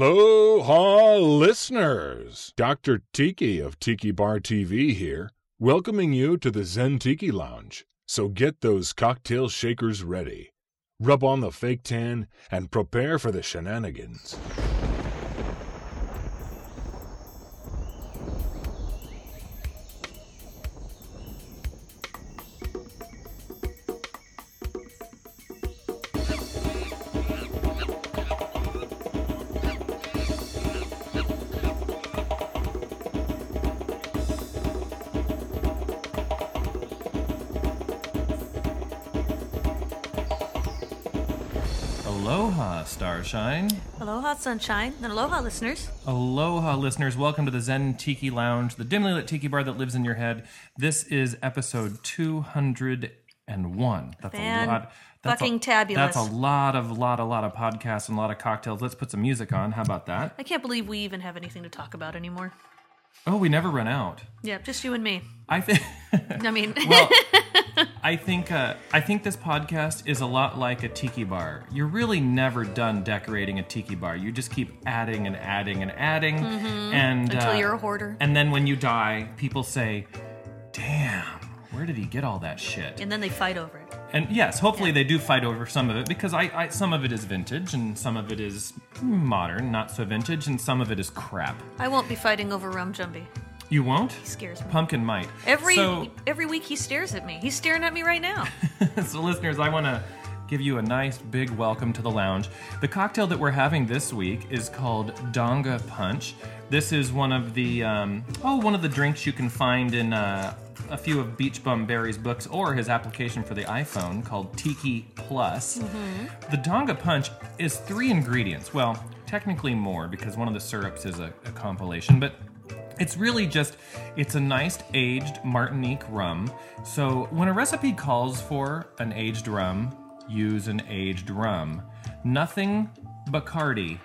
Aloha, listeners! Dr. Tiki of Tiki Bar TV here, welcoming you to the Zen Tiki Lounge. So get those cocktail shakers ready, rub on the fake tan, and prepare for the shenanigans. Aloha, Starshine. Aloha, sunshine, and aloha, listeners. Aloha, listeners. Welcome to the Zen Tiki Lounge, the dimly lit tiki bar that lives in your head. This is episode 201. That's Fan a lot. That's fucking a, tabulous. That's a lot of, lot, a lot of podcasts and a lot of cocktails. Let's put some music on. How about that? I can't believe we even have anything to talk about anymore. Oh, we never run out. Yeah, just you and me. I think. I mean, well, I think uh, I think this podcast is a lot like a tiki bar. You're really never done decorating a tiki bar. You just keep adding and adding and adding, and Mm-hmm. Until uh, you're a hoarder. And then when you die, people say, "Damn, where did he get all that shit?" and then they fight over it. And yes, hopefully they do fight over some of it because I, I some of it is vintage and some of it is modern, not so vintage, and some of it is crap. I won't be fighting over Rum Jumbie. You won't. He scares me. Pumpkin might. Every So- every week he stares at me. He's staring at me right now. So, listeners, I want to give you a nice big welcome to the lounge. The cocktail that we're having this week is called Donga Punch. This is one of the um, oh, one of the drinks you can find in uh, a few of Beach Bum Barry's books or his application for the iPhone called Tiki Plus. The Donga Punch is three ingredients. Well, technically more because one of the syrups is a, a compilation, but it's really just it's a nice aged Martinique rum. So when a recipe calls for an aged rum, use an aged rum. Nothing Bacardi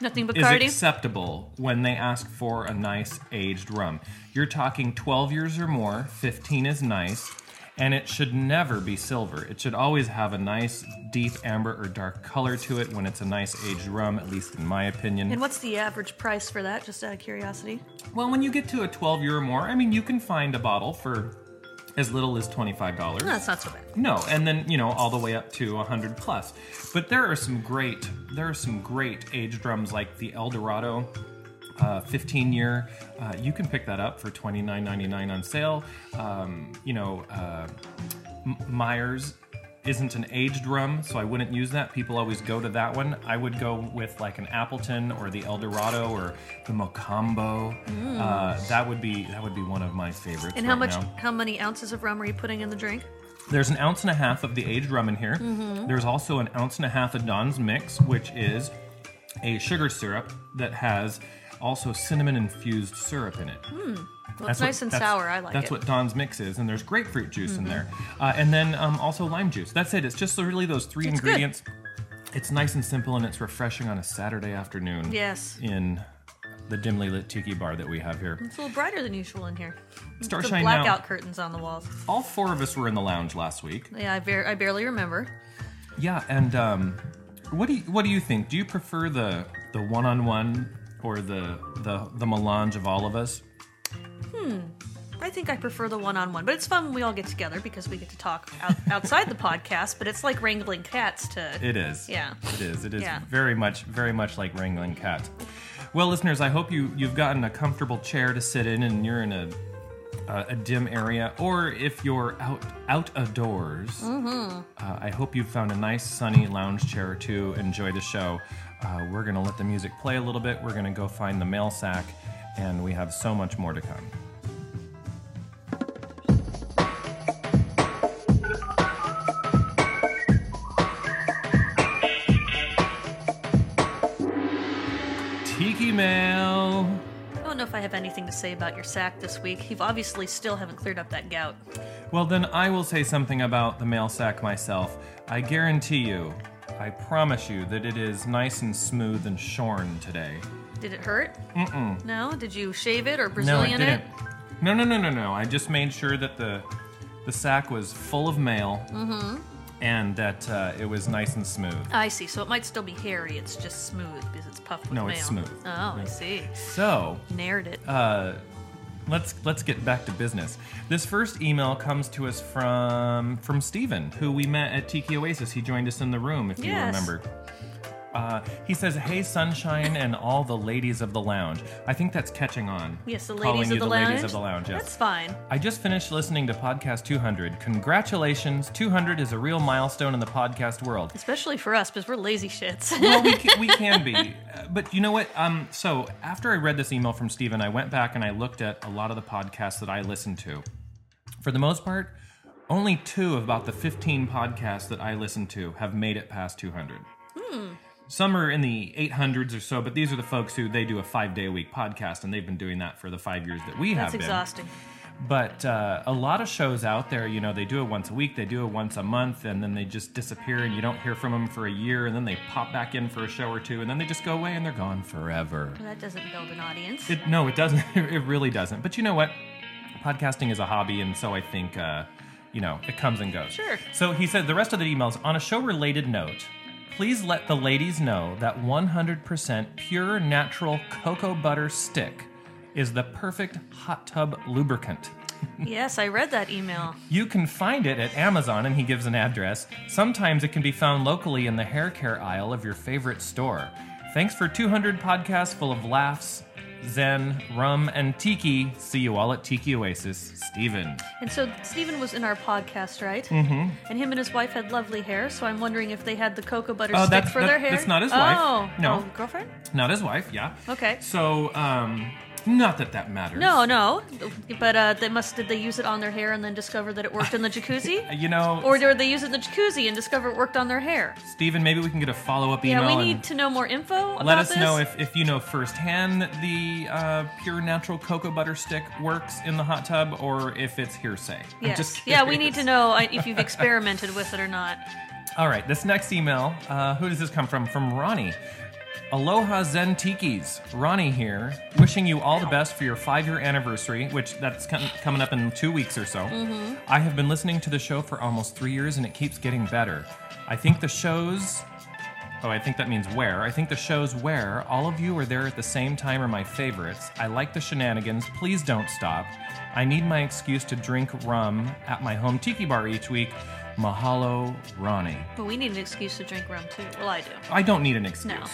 Nothing is Bacardi. acceptable when they ask for a nice aged rum. You're talking 12 years or more, 15 is nice, and it should never be silver. It should always have a nice deep amber or dark color to it when it's a nice aged rum, at least in my opinion. and what's the average price for that? Just out of curiosity. Well, when you get to a 12 year or more, I mean, you can find a bottle for as little as $25. No, that's not so bad. No, and then, you know, all the way up to 100 plus. But there are some great, there are some great aged drums like the Eldorado. Uh, 15 year, uh, you can pick that up for $29.99 on sale. Um, you know, uh, M- Myers isn't an aged rum, so I wouldn't use that. People always go to that one. I would go with like an Appleton or the Eldorado or the Mocambo. Uh, that would be that would be one of my favorites. Mm. And how right much? now. How many ounces of rum are you putting in the drink? There's an ounce and a half of the aged rum in here. Mm-hmm. There's also an ounce and a half of Don's Mix, which is a sugar syrup that has also cinnamon infused syrup in it. Well, Mm, it's nice and that's- sour. I like That's it. Mm-hmm. what Don's Mix is, and there's grapefruit juice in there, uh, and then um, also lime juice. That's it. It's just really those three It's good. ingredients. It's nice and simple, and it's refreshing on a Saturday afternoon. yes. In the dimly lit tiki bar that we have here. It's a little brighter than usual in here. The Starshine now. blackout curtains on the walls. All four of us were in the lounge last week. Yeah, I, bar- I barely remember. Yeah, and um, what do you, what do you think? Do you prefer the the one on one or the the the melange of all of us? I think I prefer the one-on-one, but it's fun when we all get together because we get to talk out, outside the podcast. But it's like wrangling cats to It is. Yeah. It is. It is Yeah. very much very much like wrangling cats. Well, listeners, I hope you you've gotten a comfortable chair to sit in, and you're in a a, a dim area, or if you're out out outdoors, uh, I hope you've found a nice sunny lounge chair to enjoy the show. Uh, we're gonna let the music play a little bit. We're gonna go find the mail sack, and we have so much more to come. Tiki mail. I don't know if I have anything to say about your sack this week. You've obviously still haven't cleared up that gout. Well, then I will say something about the mail sack myself. I guarantee you, I promise you that it is nice and smooth and shorn today. Did it hurt? Mm-mm. No. Did you shave it No, or I Brazilian didn't. it? No, no, no, no, no. I just made sure that the the sack was full of mail. Mm-hmm. and that uh, it was nice and smooth. I see. So it might still be hairy. It's just smooth because it's puffed with No, mayo. it's smooth. Oh, I see. So Nared it. uh, let's let's get back to business. This first email comes to us from from Steven, who we met at Tiki Oasis. He joined us in the room, if you Yes. remember. Uh, he says, "Hey, sunshine, and all the ladies of the lounge." I think that's catching on. yes, the Calling ladies you of the, the lounge. ladies of the lounge. Yes. That's fine. I just finished listening to podcast 200. Congratulations! 200 is a real milestone in the podcast world. Especially for us because we're lazy shits. well, we can, we can be, Uh, but you know what? Um, so after I read this email from Steven, I went back and I looked at a lot of the podcasts that I listened to. For the most part, only two of about the 15 podcasts that I listen to have made it past 200. Some are in the 800s or so, but these are the folks who they do a five day a week podcast, and they've been doing that for the five years that we have That's been. exhausting. But uh, a lot of shows out there, you know, they do it once a week, they do it once a month, and then they just disappear and you don't hear from them for a year, and then they pop back in for a show or two, and then they just go away and they're gone forever. That doesn't build an audience. It, no, it doesn't. It really doesn't. But you know what? Podcasting is a hobby, and so I think, uh, you know, it comes and goes. Sure. So he said the rest of the emails on a show related note. Please let the ladies know that 100% pure natural cocoa butter stick is the perfect hot tub lubricant. yes, I read that email. You can find it at Amazon, and he gives an address. Sometimes it can be found locally in the hair care aisle of your favorite store. Thanks for 200 podcasts full of laughs, zen, rum, and tiki. See you all at Tiki Oasis, Steven. And so Stephen was in our podcast, right? Mm-hmm. And him and his wife had lovely hair, so I'm wondering if they had the cocoa butter Oh, stick that's- for that- their hair. that's not his oh. wife. No. Oh, girlfriend? Not his wife, yeah. Okay. So, um, not that that matters. No, no. But uh, they must did they use it on their hair and then discover that it worked in the jacuzzi? You know, Or did they use it in the jacuzzi and discover it worked on their hair? Steven, maybe we can get a follow up Yeah, email. we and- need to know more info about Let us this. know if, if you know firsthand the uh, pure natural cocoa butter stick works in the hot tub or if it's hearsay. I'm Yes. just yeah, we need to curious. know uh, if you've experimented with it or not. All right, this next email, uh, who does this come from? From Ronnie. Aloha Zen Tikis. Ronnie here, wishing you all the best for your five year anniversary, which that's com- coming up in two weeks or so. Mm-hmm. I have been listening to the show for almost three years and it keeps getting better. I think the shows. Oh, I think that means where. I think the shows where all of you are there at the same time are my favorites. I like the shenanigans. Please don't stop. I need my excuse to drink rum at my home tiki bar each week. Mahalo, Ronnie. But we need an excuse to drink rum too. Well, I do. I don't need an excuse. No.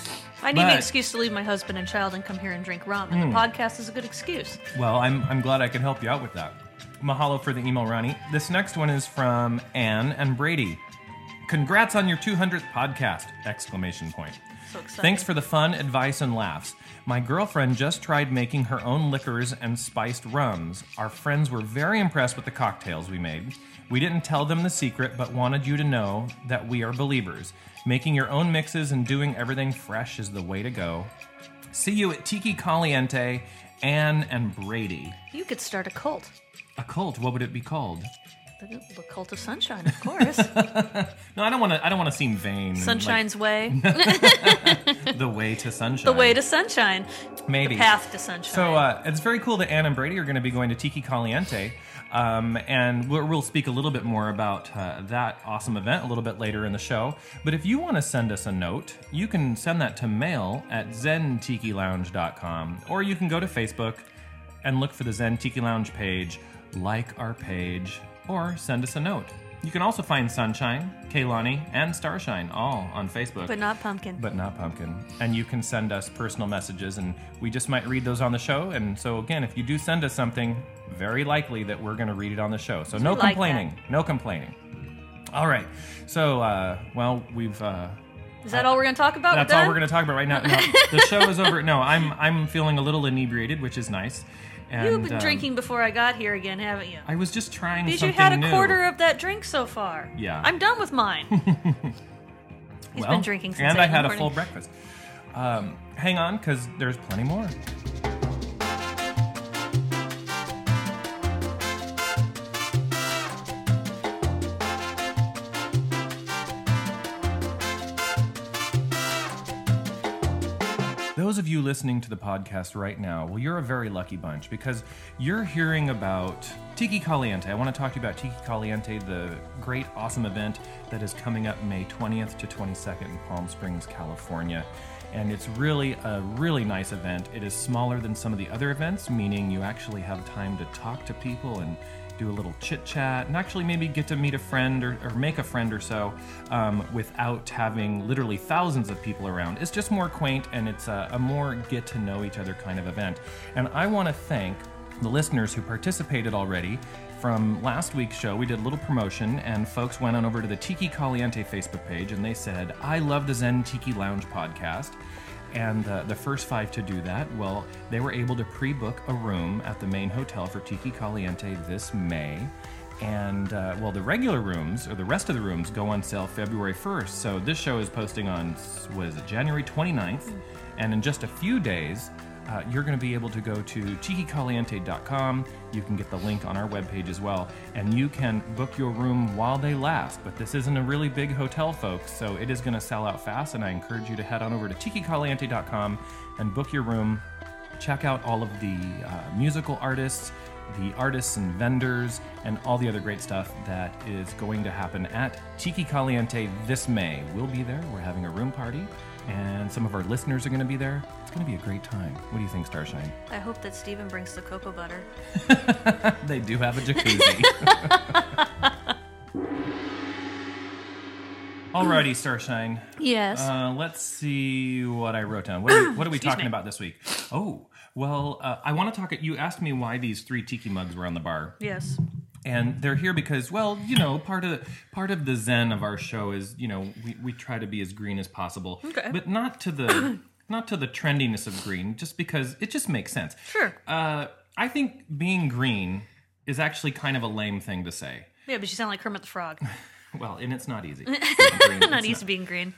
I need But- Hmm. an excuse to leave my husband and child and come here and drink rum. And the podcast is a good excuse. Well, I'm, I'm glad I can help you out with that. Mahalo for the email, Ronnie. This next one is from Anne and Brady. Congrats on your 200th podcast! Exclamation point. So excited. Thanks for the fun, advice, and laughs. My girlfriend just tried making her own liquors and spiced rums. Our friends were very impressed with the cocktails we made. We didn't tell them the secret, but wanted you to know that we are believers. Making your own mixes and doing everything fresh is the way to go. See you at Tiki Caliente, Anne and Brady. You could start a cult. A cult, what would it be called? The, the cult of sunshine, of course. Mm, No, I don't want to. I don't want to seem vain. and, like, Sunshine's way. the way to sunshine. The way to sunshine. maybe Path to sunshine. So uh, it's very cool that Anne and Brady are going to be going to Tiki Caliente. Um, and we'll, we'll speak a little bit more about uh, that awesome event a little bit later in the show. But if you want to send us a note, you can send that to mail at zentikilounge.com or you can go to Facebook and look for the Zen Tiki Lounge page, like our page, or send us a note. You can also find Sunshine, Kaylani, and Starshine all on Facebook but not pumpkin. but not pumpkin. And you can send us personal messages, and we just might read those on the show. And so, again, if you do send us something, very likely that we're going to read it on the show. So, no We like complaining. No complaining. All right. So, uh, well, we've. Uh, is that all we're going to talk about? that's all we're going to talk about right now. No, the show is over. No, I'm I'm feeling a little inebriated, which is nice. And, You've been um, drinking before I got here again, haven't you? I was just trying Because you something had a new. quarter of that drink so far. Yeah. I'm done with mine. He's He's been drinking since and eight I in had the a full morning. breakfast. Um, hang on, because there's plenty more. Those of you listening to the podcast right now, well, you're a very lucky bunch because you're hearing about Tiki Caliente. I want to talk to you about Tiki Caliente, the great, awesome event that is coming up May 20th to 22nd in Palm Springs, California. And it's really a really nice event. It is smaller than some of the other events, meaning you actually have time to talk to people and do a little chit chat, and actually maybe get to meet a friend or, or make a friend or so um, without having literally thousands of people around. It's just more quaint and it's a, a more get to know each other kind of event. And I want to thank the listeners who participated already. From last week's show, we did a little promotion, and folks went on over to the Tiki Caliente Facebook page and they said, I love the Zen Tiki Lounge podcast and the, the first five to do that, well, they were able to pre book a room at the main hotel for Tiki Caliente this May. And uh, well, the regular rooms or the rest of the rooms go on sale February 1st. So this show is posting on, what is it, January 29th. And in just a few days, uh, you're going to be able to go to tikicaliente.com. You can get the link on our webpage as well. And you can book your room while they last. But this isn't a really big hotel, folks, so it is going to sell out fast. And I encourage you to head on over to tikicaliente.com and book your room. Check out all of the uh, musical artists, the artists and vendors, and all the other great stuff that is going to happen at Tiki Caliente this May. We'll be there. We're having a room party, and some of our listeners are going to be there. It's going to be a great time. What do you think, Starshine? I hope that Steven brings the cocoa butter. They do have a jacuzzi. Alrighty, Starshine. Yes. Uh, let's see what I wrote down. What are we, what are we talking about this week? Oh, well, uh, I want to talk. You asked me why these three tiki mugs were on the bar yes. and they're here because well you know part of part of the zen of our show is you know we, we try to be as green as possible Okay. but not to the not to the trendiness of green just because it just makes sense Sure. uh, i think being green is actually kind of a lame thing to say Yeah, but you sound like Kermit the Frog. well and it's not easy Being green, Not it's Oh, used to being green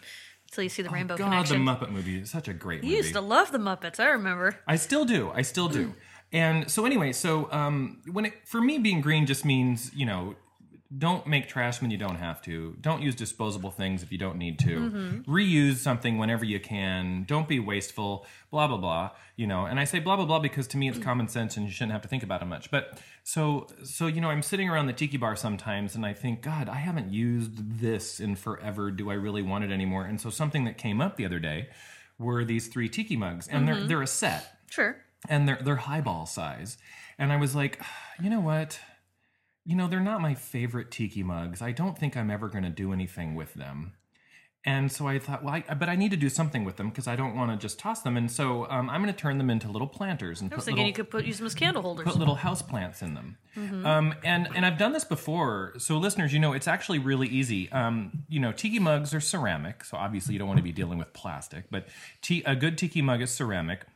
until you see the rainbow god connection. the muppet movie is such a great you movie used to love the Muppets. I remember. I still do. I still do. and so anyway, so um, when it for me being green just means you know don't make trash when you don't have to. Don't use disposable things if you don't need to. Reuse something whenever you can. Don't be wasteful. Blah blah blah. You know, and I say blah blah blah because to me it's common sense and you shouldn't have to think about it much. But so so you know, I'm sitting around the tiki bar sometimes and I think, God, I haven't used this in forever. Do I really want it anymore? And so something that came up the other day were these three tiki mugs, and they're they're a set Sure. and they're they're highball size. And I was like, you know what? You know, they're not my favorite tiki mugs. I don't think I'm ever going to do anything with them. And so I thought, well, I, but I need to do something with them because I don't want to just toss them. And so um, I'm going to turn them into little planters and I was put thinking little, you could put use them as candle holders. put little house plants in them. Um, and and I've done this before, so listeners, you know it's actually really easy. Um, you know, tiki mugs are ceramic, so obviously you don't want to be dealing with plastic. But t- a good tiki mug is ceramic,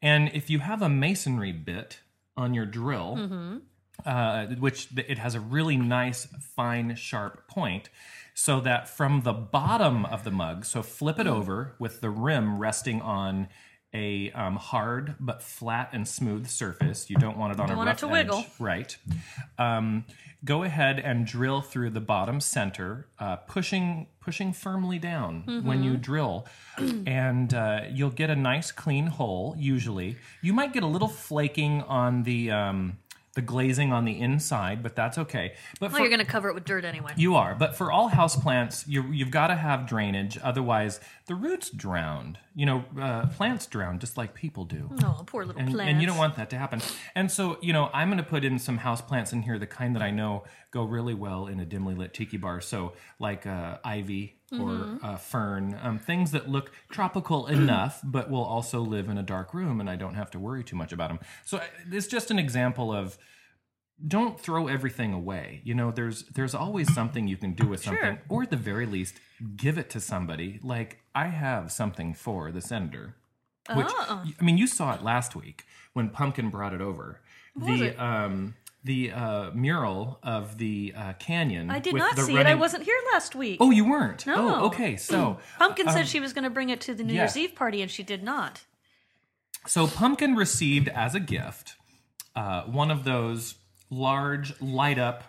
and if you have a masonry bit on your drill, uh, which th- it has a really nice, fine, sharp point, so that from the bottom of the mug, so flip it over with the rim resting on a um, hard but flat and smooth surface. You don't want it on a want rough it to edge, wiggle. right? Um, go ahead and drill through the bottom center, uh, pushing pushing firmly down when you drill, and uh, you'll get a nice clean hole. Usually, you might get a little flaking on the. Um, the glazing on the inside, but that's okay. But well, for- Oh, you're going to cover it with dirt anyway. you are, but for all houseplants, you, you've got to have drainage. Otherwise, the roots drown. You know, uh, plants drown just like people do. oh, poor little And, plants. and you don't want that to happen. And so, you know, I'm going to put in some houseplants in here, the kind that I know go really well in a dimly lit tiki bar. So, like uh, ivy Mm-hmm. or uh, fern, um, things that look tropical enough, but will also live in a dark room and I don't have to worry too much about them. So, uh, it's just an example of don't throw everything away. You know, there's there's always something you can do with something, Sure. or at the very least, give it to somebody. Like I have something for the senator. Which Oh. I mean, you saw it last week when Pumpkin brought it over. was the it? um the uh, mural of the uh, canyon. I did with not the see it. I running- wasn't here last week. Oh, you weren't. No. Oh, okay. So Pumpkin said she was going to bring it to the New yeah. Year's Eve party, and she did not. So Pumpkin received as a gift uh, one of those large light up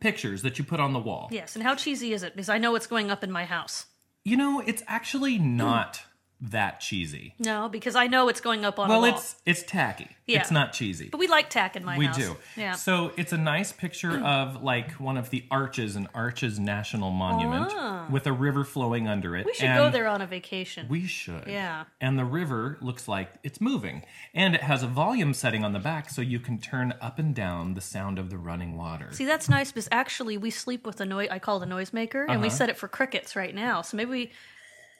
pictures that you put on the wall. Yes, and how cheesy is it? Because I know it's going up in my house. You know, it's actually not that cheesy. No, because I know it's going up on Well, a wall. it's it's tacky. Yeah. It's not cheesy. but we like tack in my We house. do. Yeah. So it's a nice picture of like one of the arches, an arches national monument with a river flowing under it. Ah. we should and go there on a vacation. We should. Yeah. And the river looks like it's moving. And it has a volume setting on the back so you can turn up and down the sound of the running water. See, that's nice because actually we sleep with a noise. I call it a noisemaker, and Uh-huh. we set it for crickets right now. So maybe we,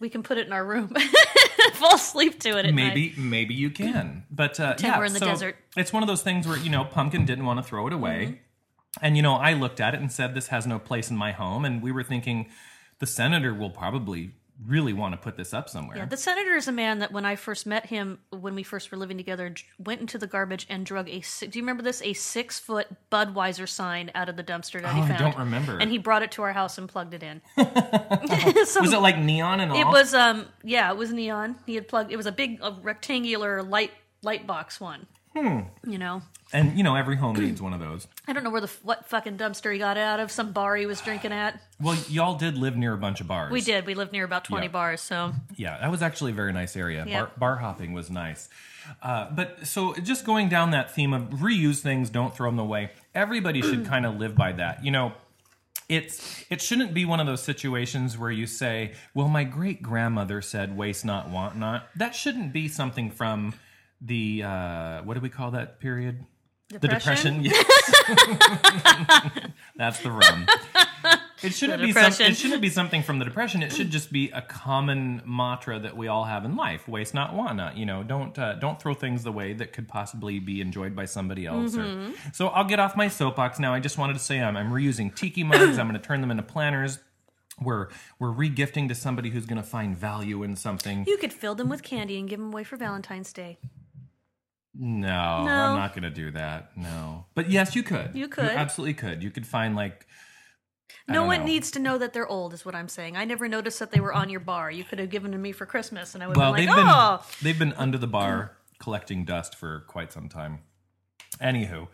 we can put it in our room, fall asleep to it. At night. maybe maybe you can. But uh Pretend yeah, we're in the so desert. It's one of those things where, you know, Pumpkin didn't want to throw it away. Mm-hmm. And you know, I looked at it and said this has no place in my home and we were thinking the senator will probably really want to put this up somewhere. Yeah, the senator is a man that when I first met him, when we first were living together, dr- went into the garbage and drug a. si- Do you remember this? A six foot Budweiser sign out of the dumpster that he Oh, I found. don't remember. And he brought it to our house and plugged it in. so was it like neon and all? It was um yeah, it was neon. He had plugged it was a big a rectangular light light box one. Hmm. You know. And you know, every home needs one of those. I don't know where the f- what fucking dumpster he got it out of. Some bar he was drinking at. Well, y'all did live near a bunch of bars. We did. We lived near about twenty Yeah. bars, so Yeah, that was actually a very nice area. Yeah. Bar, bar hopping was nice. Uh, but so just going down that theme of reuse things, don't throw them away. Everybody should kind of live by that. You know, it's it shouldn't be one of those situations where you say, "Well, my great grandmother said, waste not, want not." That shouldn't be something from the uh, what do we call that period? Depression? The depression. Yes. That's the rum. It shouldn't The be some, depression. it shouldn't be something from the depression. It should just be a common mantra that we all have in life: waste not, want not. You know, don't uh, don't throw things away that could possibly be enjoyed by somebody else. or- Mm-hmm. so I'll get off my soapbox now. I just wanted to say um, I'm reusing tiki mugs. I'm going to turn them into planners. We're we're regifting to somebody who's going to find value in something. you could fill them with candy and give them away for Valentine's Day. No, No. I'm not going to do that. No. But yes, you could. You could. absolutely could. You could find like I No don't one know. needs to know that they're old, is what I'm saying. I never noticed that they were on your bar. You could have given them to me for Christmas, and I would well, have been they've like, been "Oh, they've been under the bar collecting dust for quite some time. Anywho,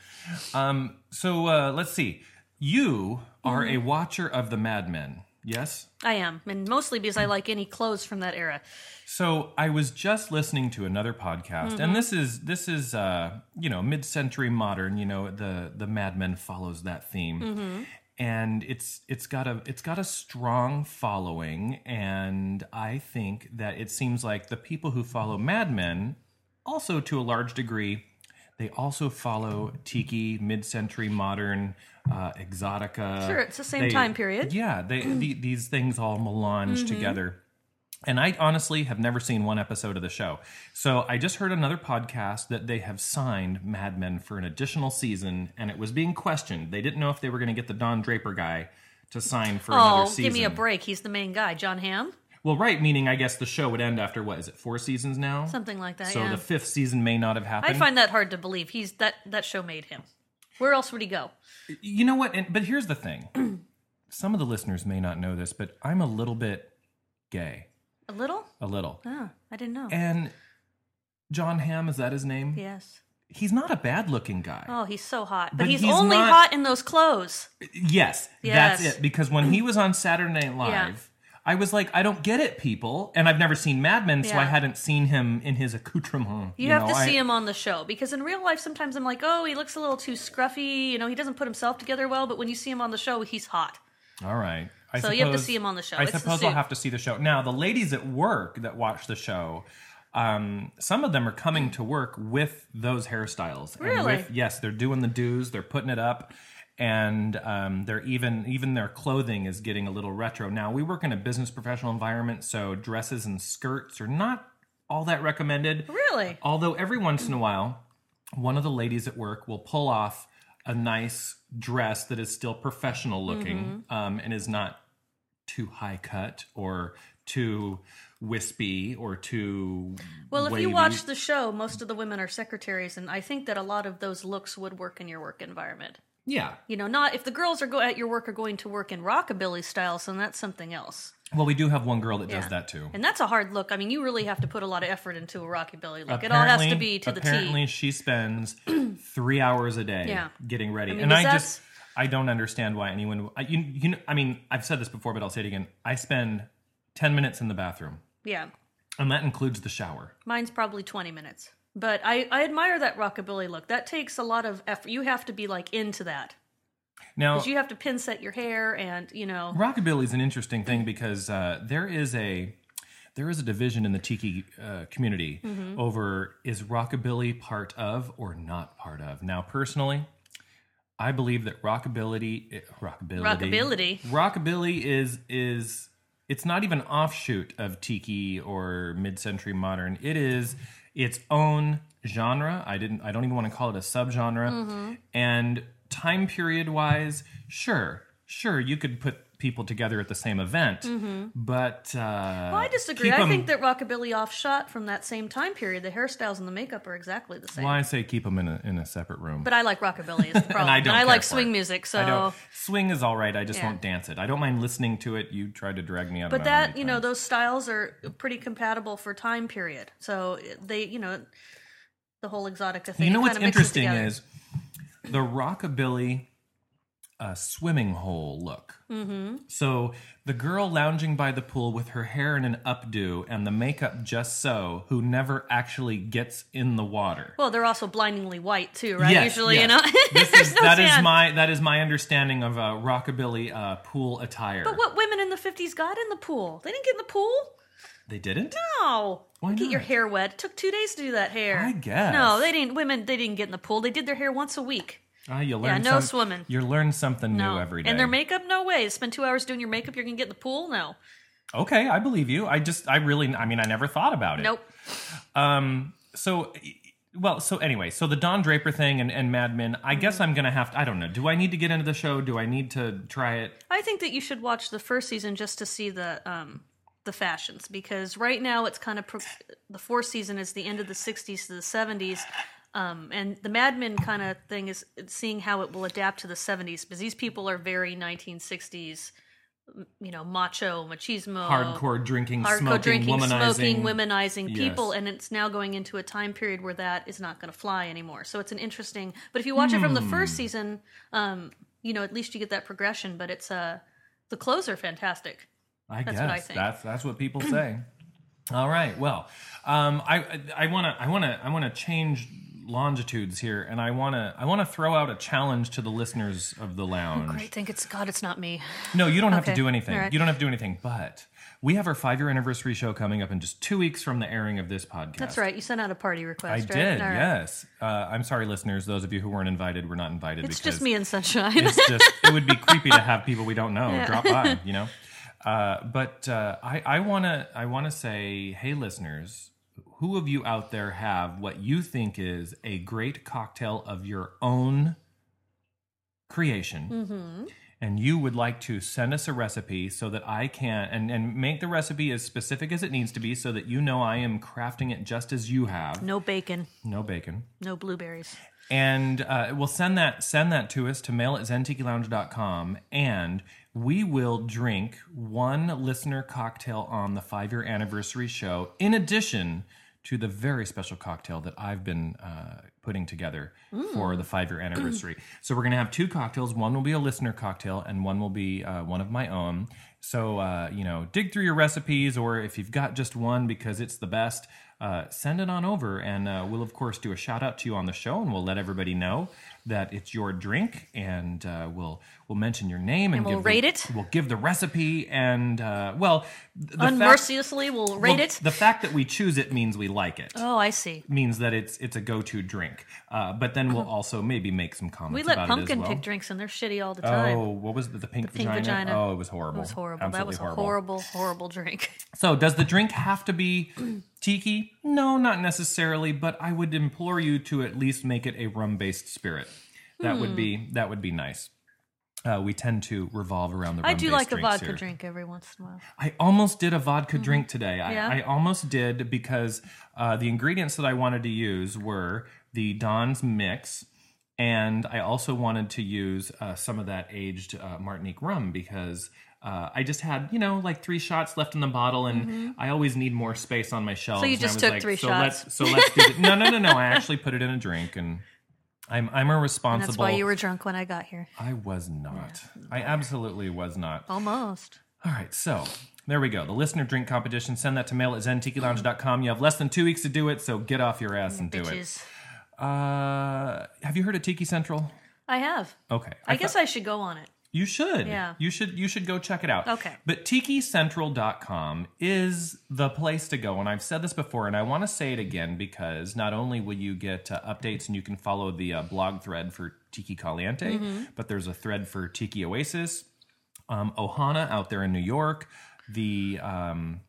um, so uh, let's see. You are Mm-hmm. a watcher of the Mad Men, yes? I am," and mostly because I like any clothes from that era. So I was just listening to another podcast, Mm-hmm. and this is this is uh, you know mid-century modern. You know the the Mad Men follows that theme, Mm-hmm. and it's it's got a it's got a strong following, and I think that it seems like the people who follow Mad Men also to a large degree. They also follow tiki, mid-century modern, uh, exotica. Sure, it's the same They- time period. Mm-hmm. Yeah, they, the, these things all melange together. And I honestly have never seen one episode of the show. So I just heard another podcast that they have signed Mad Men for an additional season, and it was being questioned. They didn't know if they were going to get the Don Draper guy to sign for another Oh, season. give me a break. He's the main guy, John Hamm, Well, right, meaning I guess the show would end after what is it, four seasons now? something like that. so yeah. the fifth season may not have I happened. find that hard to believe. He's that that show made him. Where else would he go? You know what? And, but here's the thing: some of the listeners may not know this, but I'm a little bit gay, A little? a little. Oh, I didn't know. And John Hamm is that his name? yes. He's not a bad-looking guy. Oh, he's so hot. But, But he's, he's only not- hot in those clothes. Yes, Yes. that's it. Because when he was on Saturday Night Live, I was like, I don't get it, people. And I've never seen Mad Men, so Yeah. I hadn't seen him in his accoutrement. You, have know, to I- see him on the show because in real life sometimes I'm like, "Oh, he looks a little too scruffy, you know, he doesn't put himself together well, but when you see him on the show, he's hot." All right. I So you have to see him on the show. I It's the suppose I'll suit. have to see the show. Now, the ladies at work that watch the show, um, some of them are coming to work with those hairstyles. And Really? with- yes, they're doing the do's. They're putting it up, and um, they're even even their clothing is getting a little retro. Now, we work in a business professional environment, so dresses and skirts are not all that recommended. Really? Although every once in a while, one of the ladies at work will pull off a nice dress that is still professional looking Mm-hmm. um, and is not too high cut or too wispy or too Well, if wavy. you watch the show, most of the women are secretaries and I think that a lot of those looks would work in your work environment. yeah You know, not if the girls are go at your work are going to work in rockabilly styles, then that's something else. well we do have one girl that does Yeah. that too And that's a hard look. I mean, you really have to put a lot of effort into a rockabilly look. it all has to be to the apparently T. she spends three hours a day Yeah. getting ready mean, and is i that- just i don't understand why anyone I, you, you know, I mean i've said this before but i'll say it again i spend 10 minutes in the bathroom Yeah. And that includes the shower. Mine's probably 20 minutes. But I, I admire that rockabilly look. That takes a lot of effort. You have to be like into that. Now, Because you have to pin set your hair and, you know, Rockabilly is an interesting thing because uh, there is a there is a division in the tiki uh, community over is rockabilly part of or not part of. Now, personally, I believe that rockability eh, Rockability. rockability rockabilly is is it's not even an offshoot of tiki or mid-century modern. It is its own genre. I didn't I don't even want to call it a subgenre. Mm-hmm. And time period wise, sure, sure you could put people together at the same event, Mm-hmm. but uh, well, I disagree. keep I 'em- think that rockabilly offshot from that same time period, the hairstyles and the makeup are exactly the same. well, I say keep them in a in a separate room. But I like rockabilly is the problem. I don't care like for swing it. music, I so don't, swing is all right. I just Yeah. won't dance it. I don't mind listening to it. You tried to drag me out. but that, you know, those styles are pretty compatible for time period. So they, you know, the whole exotica thing. You know it what's kinda mixes interesting together. is the rockabilly uh, swimming hole look. Mm-hmm. So the girl lounging by the pool with her hair in an updo and the makeup just so, who never actually gets in the water. Well, they're also blindingly white too, right? Yes, Usually, you yes. know, This there's is, no that is sand. my that is my understanding of uh, rockabilly uh, pool attire. But what women in the fifties got in the pool? They didn't get in the pool. They didn't. No, Why get your not? hair wet. It took two days to do that hair. I guess. No, they didn't. Women, they didn't get in the pool. They did their hair once a week. Ah, you learn no some- swimming. You learn something No, new every day. and their makeup, no way. Spend two hours doing your makeup. You're gonna get in the pool? No, okay, I believe you. I just, I really, I mean, I never thought about it. nope. Um. So, well. So anyway. So the Don Draper thing and, and Mad Men. I Mm-hmm. guess I'm gonna have to. I don't know. Do I need to get into the show? Do I need to try it? I think that you should watch the first season just to see the um the fashions because right now it's kind of pro- the fourth season is the end of the 60s to the 70s um, and the Mad Men kind of thing is seeing how it will adapt to the 70s because these people are very 1960s m- you know macho machismo Hardcore drinking, Uh, hardcore smoking, drinking womanizing. smoking womanizing Yes. people and it's now going into a time period where that is not going to fly anymore so it's an interesting but if you watch it from the Hmm. first season um, you know at least you get that progression but it's uh, the clothes are fantastic I That's guess what I think. that's that's what people say. All right. Well, um, I I want to I want to I want to change longitudes here, and I want to I want to throw out a challenge to the listeners of the lounge. Oh, great thank it's god it's not me No, you don't have Okay, to do anything. all right. You don't have to do anything. But we have our five year anniversary show coming up in just two weeks from the airing of this podcast. that's right you sent out a party request I right? did, All right. yes. Uh, I'm sorry, listeners. Those of you who weren't invited were not invited. it's because just me and sunshine It's just it would be creepy to have people we don't know drop by, you know. Uh, but uh, I, I wanna I wanna say, hey, listeners, who of you out there have what you think is a great cocktail of your own creation? Mm-hmm. and you would like to send us a recipe so that I can and, and make the recipe as specific as it needs to be so that you know I am crafting it just as you have. no bacon No bacon. no blueberries And uh, we'll send that send that to us to mail at zentikilounge.com and we will drink one listener cocktail on the five year anniversary show in addition to the very special cocktail that I've been uh, putting together for the five year anniversary. so we're going to have two cocktails. One will be a listener cocktail and one will be uh, one of my own. So, uh, you know, dig through your recipes or if you've got just one because it's the best, uh, send it on over, and uh, we'll of course do a shout out to you on the show, and we'll let everybody know that it's your drink, and uh, we'll we'll mention your name, and, we'll give rate the, it? We'll give the recipe, and uh, well, th- the fact, unmercilessly we'll rate well, it The fact that we choose it means we like it. oh i see Means that it's it's a go to drink, uh, but then we'll also maybe make some comments. Uh-huh. we let about pumpkin it as well. pick drinks and they're shitty all the time Oh, what was the, the pink, pink vagina? vagina. Oh, it was horrible. It was horrible. Absolutely that was a horrible, horrible drink. So, does the drink have to be tiki? No, not necessarily, but I would implore you to at least make it a rum-based spirit. That Hmm. would be that would be nice. Uh, we tend to revolve around the. I do rum-based like a drinks vodka here. drink every once in a while. I almost did a vodka drink today. I, Mm-hmm. Yeah? I almost did because uh, the ingredients that I wanted to use were the Don's mix, and I also wanted to use uh, some of that aged uh, Martinique rum because. Uh, I just had, you know, like three shots left in the bottle, and I always need more space on my shelves. Mm-hmm. you and I just was took like, three so shots." Let's, so let's do it. No, no, no, no. I actually put it in a drink, and I'm I'm a responsible. That's why you were drunk when I got here. I was not. I absolutely was not. Almost. All right, so There we go. The listener drink competition. Send that to mail at zentikilounge.com. You have less than two weeks to do it, so get off your ass and do Bitches. it. Uh, have you heard of Tiki Central? I have. Okay. I, guess I should go on it. You should. Yeah. You should you should go check it out. Okay. But tikicentral.com is the place to go and I've said this before and I want to say it again because not only will you get uh, updates and you can follow the uh, blog thread for Tiki Caliente, Mm-hmm. but there's a thread for Tiki Oasis, um, Ohana out there in New York, the um,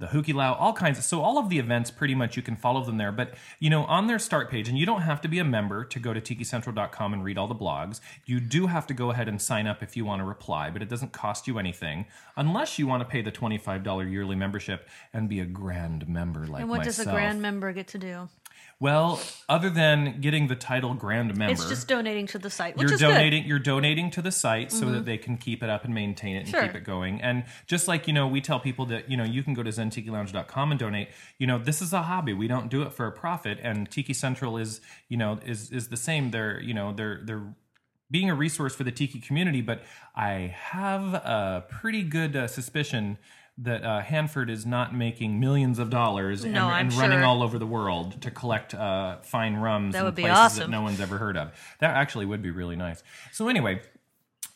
the Hukilau, all kinds of so all of the events pretty much you can follow them there. But you know, on their start page, and you don't have to be a member to go to tikicentral.com and read all the blogs. You do have to go ahead and sign up if you want to reply, but it doesn't cost you anything unless you want to pay the $25 yearly membership and be a grand member like And what myself. does a grand member get to do? well, other than getting the title grand member It's just donating to the site, which you're is Mm-hmm. donating you're donating to the site so that they can keep it up and maintain it and Sure. keep it going and just like you know we tell people that you know you can go to zentikilounge.com and donate you know this is a hobby we don't do it for a profit and tiki central is you know is is the same they're you know they're they're being a resource for the tiki community but i have a pretty good uh, suspicion that uh, Hanford is not making millions of dollars and, No, I'm and running sure. all over the world to collect uh, fine rums That and would be places that awesome. no one's ever heard of. That actually would be really nice. So anyway,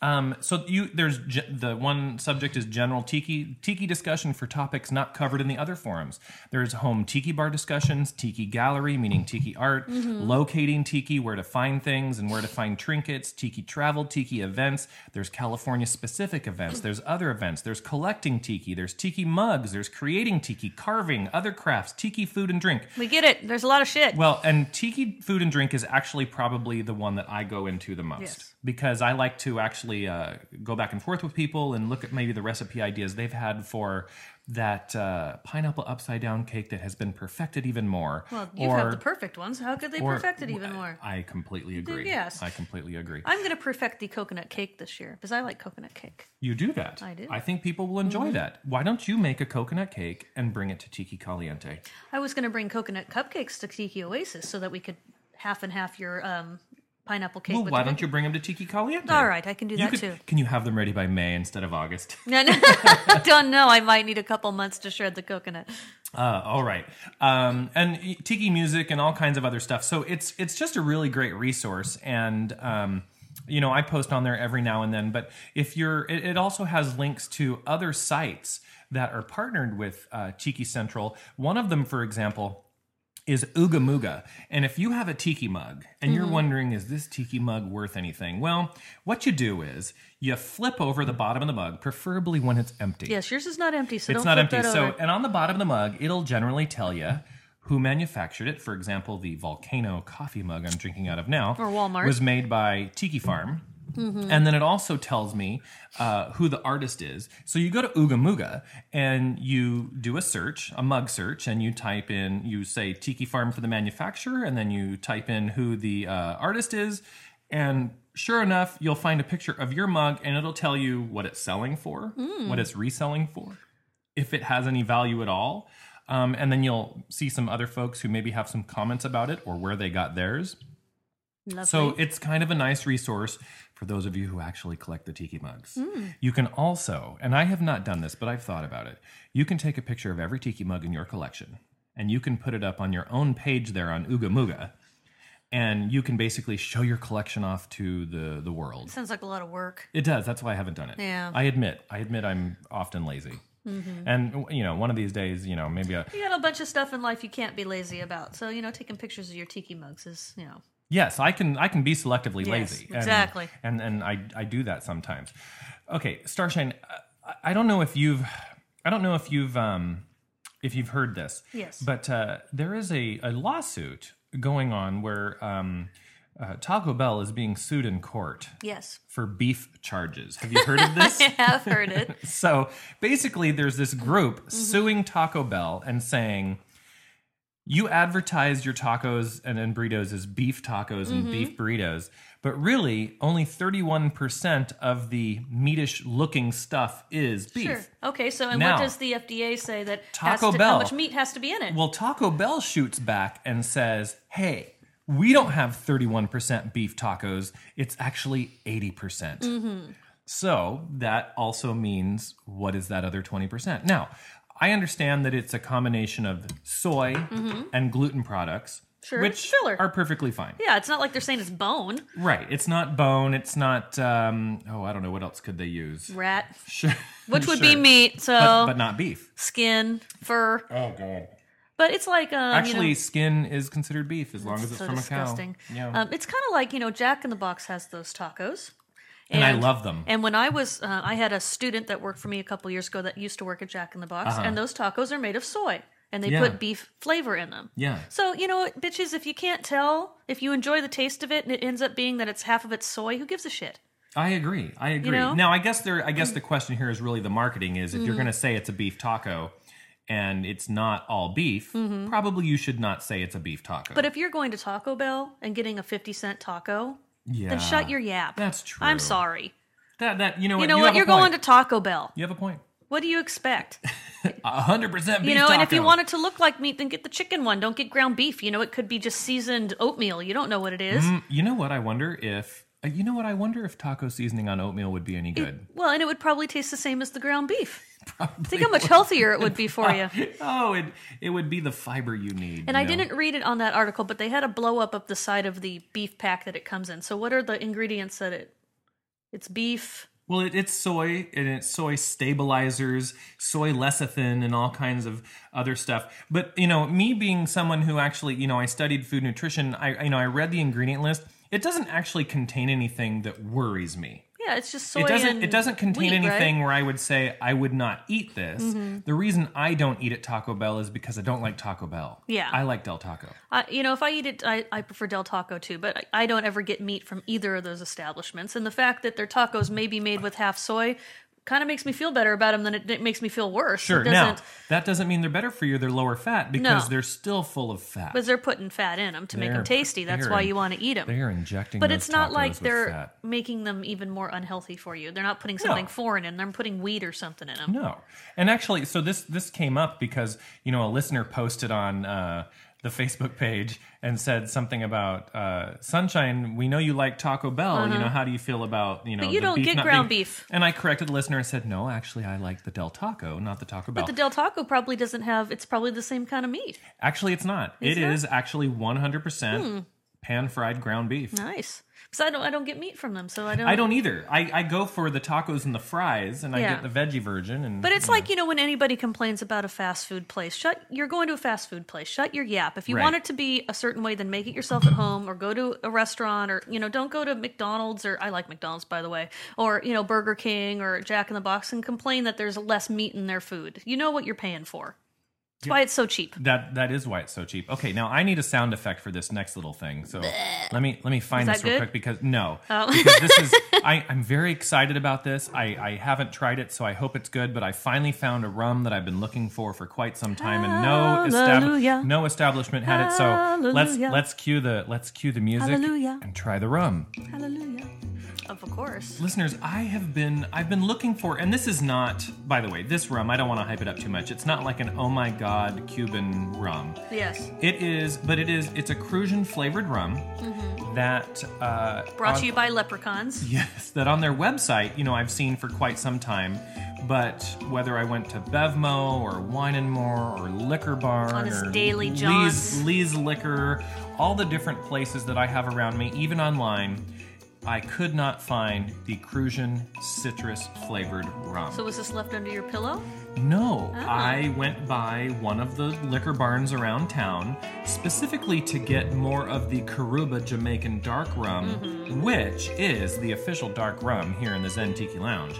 um, so you there's ge- the one subject is general tiki tiki discussion for topics not covered in the other forums. There's home tiki bar discussions, tiki gallery meaning tiki art, Mm-hmm. locating tiki, where to find things and where to find trinkets, tiki travel, tiki events. There's California specific events. There's other events. There's collecting tiki. There's tiki mugs. There's creating tiki, carving, other crafts, tiki food and drink. good. We get it. There's a lot of shit. Well, and tiki food and drink is actually probably the one that I go into the most Yes. because I like to actually uh, go back and forth with people and look at maybe the recipe ideas they've had for that uh, pineapple upside down cake that has been perfected even more. Well, you've had the perfect ones. How could they or- perfect it even more? I completely agree. yes. I completely agree. I'm going to perfect the coconut cake this year because I like coconut cake. You do that. I do. Mm-hmm. I think people will enjoy that. Why don't you make a coconut cake and bring it to Tiki Caliente? I was going to bring coconut cupcakes to Tiki Oasis so that we could half and half your um, pineapple cake. Well, with why the don't you bring them to Tiki Caliente? All right, I can do You that could- too. Can you have them ready by May instead of August? No, no, I don't know. I might need a couple months to shred the coconut. Uh, all right, um, and tiki music and all kinds of other stuff. So it's it's just a really great resource, and um, you know I post on there every now and then. But if you're, it, it also has links to other sites that are partnered with uh, Tiki Central. One of them, for example, is Ooga Mooga. And if you have a tiki mug and you're wondering, is this tiki mug worth anything? Well, what you do is you flip over the bottom of the mug, preferably when it's empty. Yes, yours is not empty, so It's don't not flip empty. that So, over. and on the bottom of the mug, it'll generally tell you who manufactured it. For example, the volcano coffee mug I'm drinking out of now, Or Walmart. Mm-hmm. was made by Tiki Farm. And then it also tells me uh, who the artist is. So you go to Ooga Mooga and you do a search, a mug search, and you type in, you say Tiki Farm for the manufacturer, and then you type in who the uh, artist is. And sure enough, you'll find a picture of your mug and it'll tell you what it's selling for, Hmm. what it's reselling for if it has any value at all. Um, and then you'll see some other folks who maybe have some comments about it or where they got theirs. Lovely. So it's kind of a nice resource for those of you who actually collect the tiki mugs. You can also, and I have not done this, but I've thought about it, you can take a picture of every tiki mug in your collection and you can put it up on your own page there on Ooga Mooga. And you can basically show your collection off to the, the world. sounds like a lot of work. It does. That's why I haven't done it. Yeah. Mm-hmm. I admit. I admit I'm often lazy. And you know, one of these days, you know, maybe a You got a bunch of stuff in life you can't be lazy about. So you know, taking pictures of your tiki mugs is you know. yes, I can I can be selectively Yes, lazy. exactly. And and, I I do that sometimes. Okay, Starshine, I, I don't know if you've I don't know if you've um if you've heard this. Yes. But uh, there is a, a lawsuit going on where um, uh, Taco Bell is being sued in court Yes, for beef charges. Have you heard of this? I have heard it. So basically, there's this group suing Taco Bell and saying, you advertised your tacos and, and burritos as beef tacos and beef burritos, but really only 31% of the meatish looking stuff is beef. Sure. Okay. So, and Now- what does the FDA say that Taco has to, Bell. how much meat has to be in it? Well, Taco Bell shoots back and says, hey, we don't have 31% beef tacos. It's actually 80%. So that also means what is that other 20%? Now, I understand that it's a combination of soy and gluten products, Mm-hmm. Sure, which filler. are perfectly fine. Yeah, it's not like they're saying it's bone. Right. It's not bone. It's not, um, oh, I don't know. What else could they use? Rat. Sure. Which would be Sure. meat, so But, but not beef. skin, fur. Oh, God. But it's like um, Actually, you know, skin is considered beef as long as it's so from disgusting. a cow. Yeah. Um, it's kind of like you know Jack in the Box has those tacos, and, I love them. And when I was, uh, I had a student that worked for me a couple years ago that used to work at Jack in the Box, and those tacos are made of soy, and they Uh-huh. Yeah. put beef flavor in them. yeah. So you know, what, bitches, if you can't tell, if you enjoy the taste of it, and it ends up being that it's half of it's soy, who gives a shit? I agree. I agree. know? Mm. Now, I guess there. I guess the question here is really the marketing. Is if you're going to say it's a beef taco, and it's not all beef, probably you should not say it's a beef taco. Mm-hmm. But if you're going to Taco Bell and getting a fifty cent taco, yeah, then shut your yap. That's true. I'm sorry. That that you know what You know have what? a You're point. going to Taco Bell. You have a point. What do you expect? A hundred percent beef. You know, and if you taco. want it to look like meat, then get the chicken one. Don't get ground beef. You know, it could be just seasoned oatmeal. You don't know what it is. Mm, you know what? I wonder if. uh, You know what? I wonder if taco seasoning on oatmeal would be any good. Well, and it would probably taste the same as the ground beef. Think how much healthier it would be for you. oh, it it would be the fiber you need. And you I know? didn't read it on that article, but they had a blow up up the side of the beef pack that it comes in. So, what are the ingredients that it? It's beef. Well, it, it's soy and it's soy stabilizers, soy lecithin, and all kinds of other stuff. But you know, me being someone who actually, you know, I studied food nutrition. I you know I read the ingredient list. It doesn't actually contain anything that worries me. Yeah, it's just soy. it doesn't. and It doesn't contain wheat, right? Mm-hmm. anything where I would say I would not eat this. The reason I don't eat at Taco Bell is because I don't like Taco Bell. Yeah. I like Del Taco. I, you know, if I eat it, I, I prefer Del Taco too, but I, I don't ever get meat from either of those establishments. And the fact that their tacos may be made with half soy kind of makes me feel better about them than it, it makes me feel worse. Sure. It Now doesn't- that doesn't mean they're better for you. They're lower fat because No. they're still full of fat. because they're putting fat in them to make They're- them tasty. That's they're why in- you want to eat them. They are injecting. But those it's not tacos like with they're fat. making them even more unhealthy for you. They're not putting something foreign in them. They're putting wheat or something in them. No, and actually, so this this came up because you know a listener posted on uh, the Facebook page and said something about uh, Sunshine. We know you like Taco Bell. You know how do you feel about you know? Uh-huh. you the don't beef get not ground being- beef. And I corrected the listener and said, no, actually, I like the Del Taco, not the Taco Bell. But the Del Taco probably doesn't have, it's probably the same kind of meat. actually, it's not. It not? Hmm. is actually one hundred percent pan fried ground beef. Nice. Because I don't, I don't get meat from them, so I don't. I don't either. I, I go for the tacos and the fries, and I Yeah. get the veggie version. And But it's like, you know, when anybody complains about a fast food place, shut you're going to a fast food place, shut your yap. If you Right. want it to be a certain way, then make it yourself at home or go to a restaurant or, you know, don't go to McDonald's or I like McDonald's by the way, or, you know, Burger King or Jack in the Box and complain that there's less meat in their food. You know what you're paying for. That's why it's so cheap. That that is why it's so cheap. Okay, now I need a sound effect for this next little thing. So let me let me find Is this that real good? Oh. quick because no, because this is I, I'm very excited about this. I I haven't tried it, so I hope it's good. But I finally found a rum that I've been looking for for quite some time, and no Hallelujah. estab- no establishment had it. So let's Hallelujah. let's cue the let's cue the music Hallelujah. and try the rum Hallelujah. Of course. listeners i have been i've been looking for and this is not by the way this rum i don't want to hype it up too much it's not like an oh my god cuban rum Yes. it is but it is it's a crujan flavored rum that uh Mm-hmm. Brought on- to you by Leprechauns. yes that on their website you know i've seen for quite some time but whether I went to Bevmo or Wine and More or Liquor Barn this or Daily Lee's- John's. Lee's Liquor, all the different places that I have around me, even online, I could not find the Crujan citrus flavored rum. So was this left under your pillow? No, Ah. I went by one of the liquor barns around town specifically to get more of the Karuba Jamaican dark rum, Mm-hmm. which is the official dark rum here in the Zen Tiki Lounge.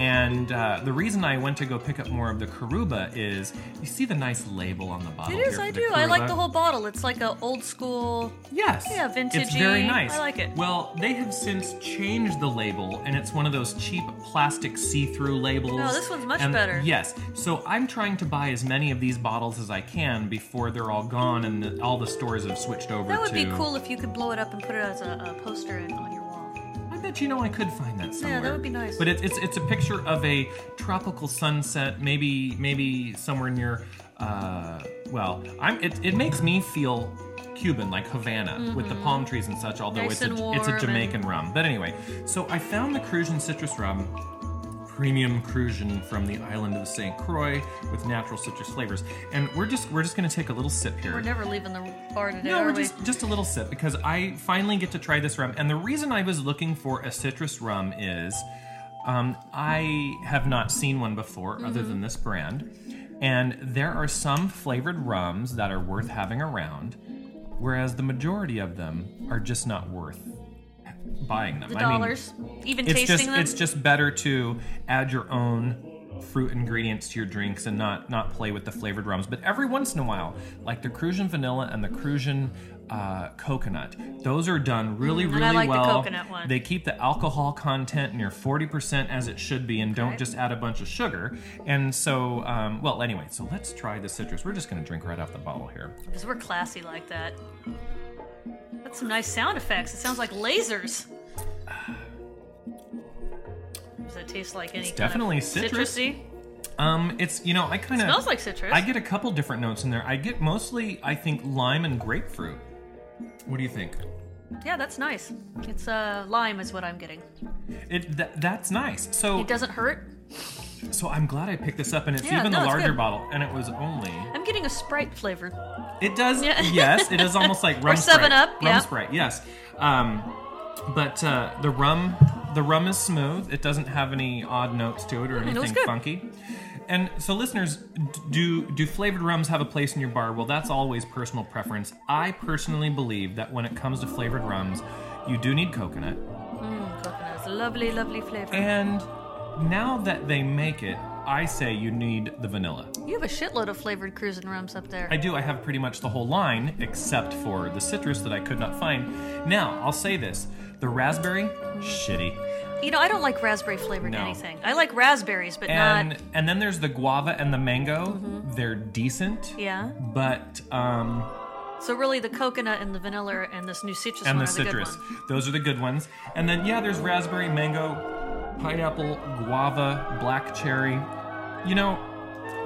And uh, the reason I went to go pick up more of the Karuba is you see the nice label on the bottle. It is, here I for the do. I like Karuba? the whole bottle. It's like a old school Yes. Yeah, It's very vintagey. nice. I like it. Well, they have since changed the label, and it's one of those cheap plastic see-through labels. No, Oh, this one's much And- better. Yes. So I'm trying to buy as many of these bottles as I can before they're all gone and the, all the stores have switched over That would to. be cool if you could blow it up and put it as a, a poster in, on your wall. I bet you know I could find that somewhere. would be nice. But it's it's it's a picture of a tropical sunset, maybe maybe somewhere near. Uh, well, I'm. It, it makes me feel Cuban, like Havana, with the palm trees and such. Although Mm-hmm. it's Nice and a, it's warm a and- Jamaican rum. But anyway, so I found the Crusian citrus rum premium Crusian from the island of St. Croix with natural citrus flavors. And we're just we're just gonna take a little sip here. We're never leaving the bar today, no, are we're we? just just a little sip because I finally get to try this rum. And the reason I was looking for a citrus rum is um, I have not seen one before other Mm-hmm. than this brand. And there are some flavored rums that are worth having around, whereas the majority of them are just not worth buying them. the I mean, dollars, even it's tasting just them. it's just better to add your own fruit ingredients to your drinks and not not play with the flavored rums but every once in a while like the crusian vanilla and the crusian uh, coconut those are done really Mm, and really I like the well coconut one. they keep the alcohol content near 40% as it should be and don't just add a bunch of sugar and so um, well anyway so let's try the citrus we're just going to drink right off the bottle here Because we're classy like that. That's some nice sound effects. It sounds like lasers. Does it taste like any? It's kind definitely of citrus. citrusy. um it's you know i kind of Smells like citrus. I get a couple different notes in there. I get mostly, I think, lime and grapefruit. What do you think? yeah, that's nice. It's uh, lime is what I'm getting. It that, that's nice. So It doesn't hurt. so I'm glad I picked this up, and it's Yeah, even no, the it's larger good. bottle, and it was only I'm getting a Sprite flavor. it does Yeah. yes, it is almost like rum Or 7 Sprite. Up, rum yeah. Sprite yes. Um, but uh, the rum the rum is smooth. It doesn't have any odd notes to it or Mm, it was anything good. funky. And so, listeners, d- do do flavored rums have a place in your bar? Well, that's always personal preference. I personally believe that when it comes to flavored rums, you do need coconut. Mm, coconut is a lovely, lovely flavor. And now that they make it, I say you need the vanilla. you have a shitload of flavored cruising rums up there. I do, I have pretty much the whole line, except for the citrus that I could not find. Now, I'll say this the raspberry, shitty. you know, I don't like raspberry flavored No. anything. I like raspberries, but And not. and then there's the guava and the mango. They're decent. Yeah. But um So really, the coconut and the vanilla and this new citrus and one the are the good citrus. ones. Those are the good ones. And then yeah, there's raspberry, mango, pineapple, guava, black cherry. You know,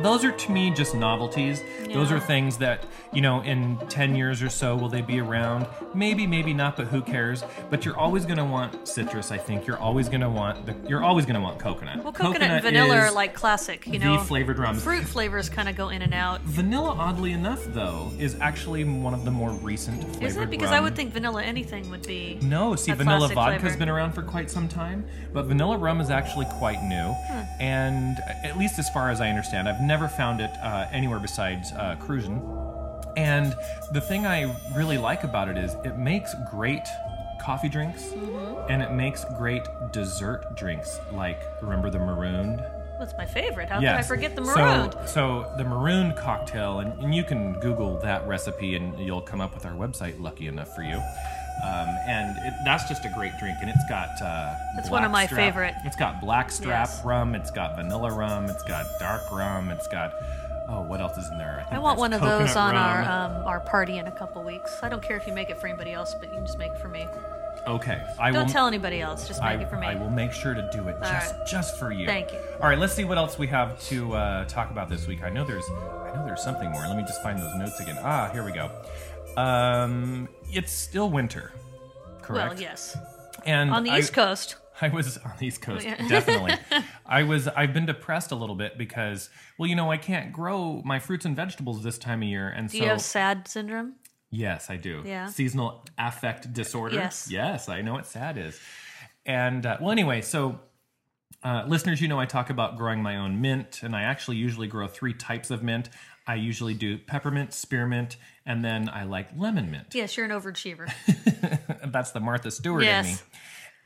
those are to me just novelties. Those Yeah. are things that, you know, in 10 years or so will they be around? Maybe, maybe not, but who cares? But you're always going to want citrus, I think. You're always going to want the you're always going to want coconut. Well, coconut, and vanilla is are like classic, you the know. flavored rums. Fruit flavors kind of go in and out. Vanilla, oddly enough, though, is actually one of the more recent flavored Isn't it? Because I rum. would think vanilla anything would be. No, see, a vanilla classic vodka has flavor. been around for quite some time, but vanilla rum is actually quite new. Hmm. And at least as far as I understand, I've never found it uh, anywhere besides uh, Cruisin'. And the thing I really like about it is it makes great coffee drinks Mm-hmm. and it makes great dessert drinks like remember the marooned That's my favorite. How yes. could I forget the marooned? So, so the maroon cocktail, and, and you can Google that recipe, and you'll come up with our website. Lucky enough for you. Um, and it, that's just a great drink, and it's got. Uh, That's one of my blackstrap- favorite. It's got blackstrap Yes. rum. It's got vanilla rum. It's got dark rum. It's got. Oh, what else is in there? I think want there's one of those coconut on our rum. um, our party in a couple weeks. I don't care if you make it for anybody else, but you can just make it for me. Okay, I Don't will. tell anybody else. Just I, make it for me. I will make sure to do it just right. just for you. Thank you. All right, let's see what else we have to uh, talk about this week. I know there's I know there's something more. Let me just find those notes again. Ah, here we go. Um, it's still winter, correct? well, yes. And On the I- East Coast, I was on the East Coast, yeah. definitely. I was. I've been depressed a little bit because, well, you know, I can't grow my fruits and vegetables this time of year, and do so you have sad syndrome? Yes, I do. Yeah. Seasonal affect disorder. Yes. Yes, I know what sad is. And uh, well, anyway, so uh, listeners, you know I talk about growing my own mint, and I actually usually grow three types of mint. I usually do peppermint, spearmint, and then I like lemon mint. Yes, you're an overachiever. That's the Martha Stewart in me. yes.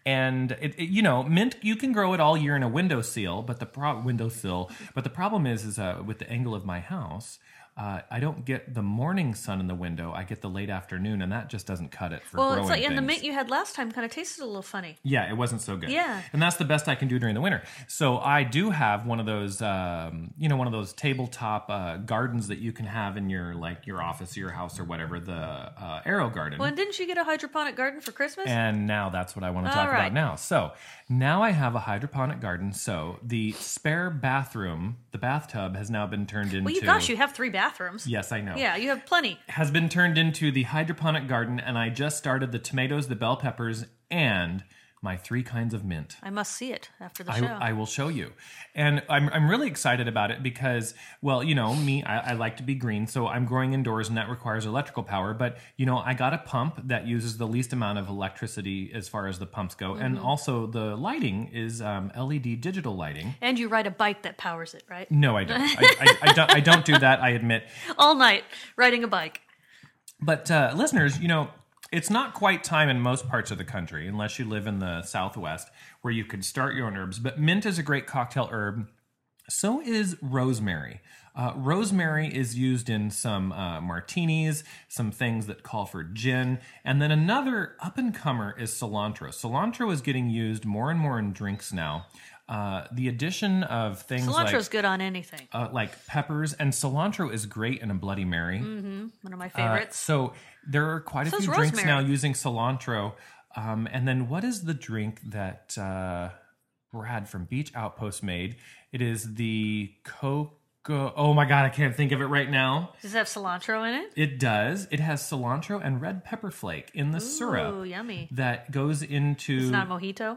And it, it- you know, mint you can grow it all year in a windowsill, but the pro- windowsill. But the problem is, is uh, with the angle of my house, uh, I don't get the morning sun in the window. I get the late afternoon, and that just doesn't cut it for Well, growing it's like and the things. mint you had last time kind of tasted a little funny. Yeah, it wasn't so good. Yeah. and that's the best I can do during the winter. So I do have one of those, um, you know, one of those tabletop uh, gardens that you can have in your like your office, or your house, or whatever. The uh, arrow garden. Well, and didn't you get a hydroponic garden for Christmas? And now that's what I want to talk All about right. now. So now I have a hydroponic garden. So the spare bathroom, the bathtub, has now been turned into. well, you gosh, you have three bathrooms. Yes, I know. Yeah, you have plenty. Has been turned into the hydroponic garden, and I just started the tomatoes, the bell peppers, and my three kinds of mint. I must see it after the show. I, I will show you. And I'm, I'm really excited about it because, well, you know, me, I, I like to be green, so I'm growing indoors and that requires electrical power. But, you know, I got a pump that uses the least amount of electricity as far as the pumps go. And also, the lighting is um, LED digital lighting. and you ride a bike that powers it, right? No, I don't. I, I, I, don't, I don't do that, I admit. All night riding a bike. But uh, listeners, you know, it's not quite time in most parts of the country, unless you live in the Southwest, where you could start your own herbs. But mint is a great cocktail herb. So is rosemary. Uh, rosemary is used in some uh, martinis, some things that call for gin. And then another up and comer is cilantro. Cilantro is getting used more and more in drinks now. Uh, the addition of things Cilantro's like, good on anything. uh, like peppers, and cilantro is great in a Bloody Mary. One of my Uh, favorites. so there are quite a So few is drinks now rosemary. using cilantro. Um, and then what is the drink that uh, Brad from Beach Outpost made? It is the cocoa. Oh my god, I can't think of it right now. Does it have cilantro in it? It does. It has cilantro and red pepper flake in the Ooh, syrup yummy. that goes into It's not a mojito.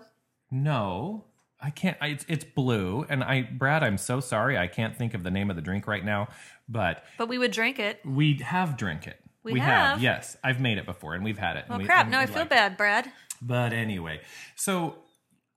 no. I can't. I, it's, it's blue, and I, Brad, I'm so sorry. I can't think of the name of the drink right now, but But we would drink it. we have drink it. We have? Yes, I've made it before, and we've had it. Oh and we- crap, and now we I feel liked it. bad, Brad. But anyway, so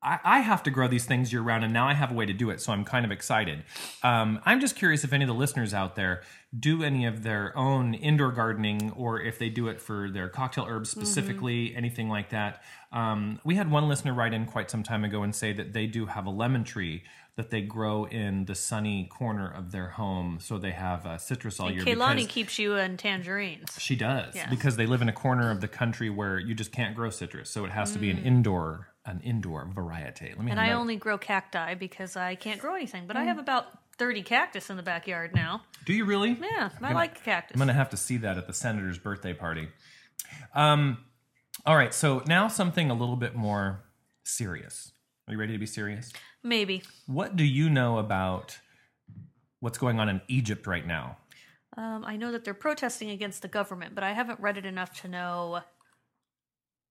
I, I have to grow these things year round, and now I have a way to do it, so I'm kind of excited. Um, I'm just curious if any of the listeners out there do any of their own indoor gardening, or if they do it for their cocktail herbs Mm-hmm. specifically, anything like that. Um, we had one listener write in quite some time ago and say that they do have a lemon tree that they grow in the sunny corner of their home, so they have uh, citrus all year. Kaylani because- keeps you in tangerines. she does because they live in a corner of the country where you just can't grow citrus, so it has to be an indoor, an indoor variety. Let me. Mm. And have I another- only grow cacti because I can't grow anything. Mm. But I have about 30 cactus in the backyard now. do you really? Yeah, I gonna- like cactus. I'm gonna have to see that at the senator's birthday party. Um, all right, so now something a little bit more serious. Are you ready to be serious? Maybe. What do you know about what's going on in Egypt right now? Um, I know that they're protesting against the government, but I haven't read it enough to know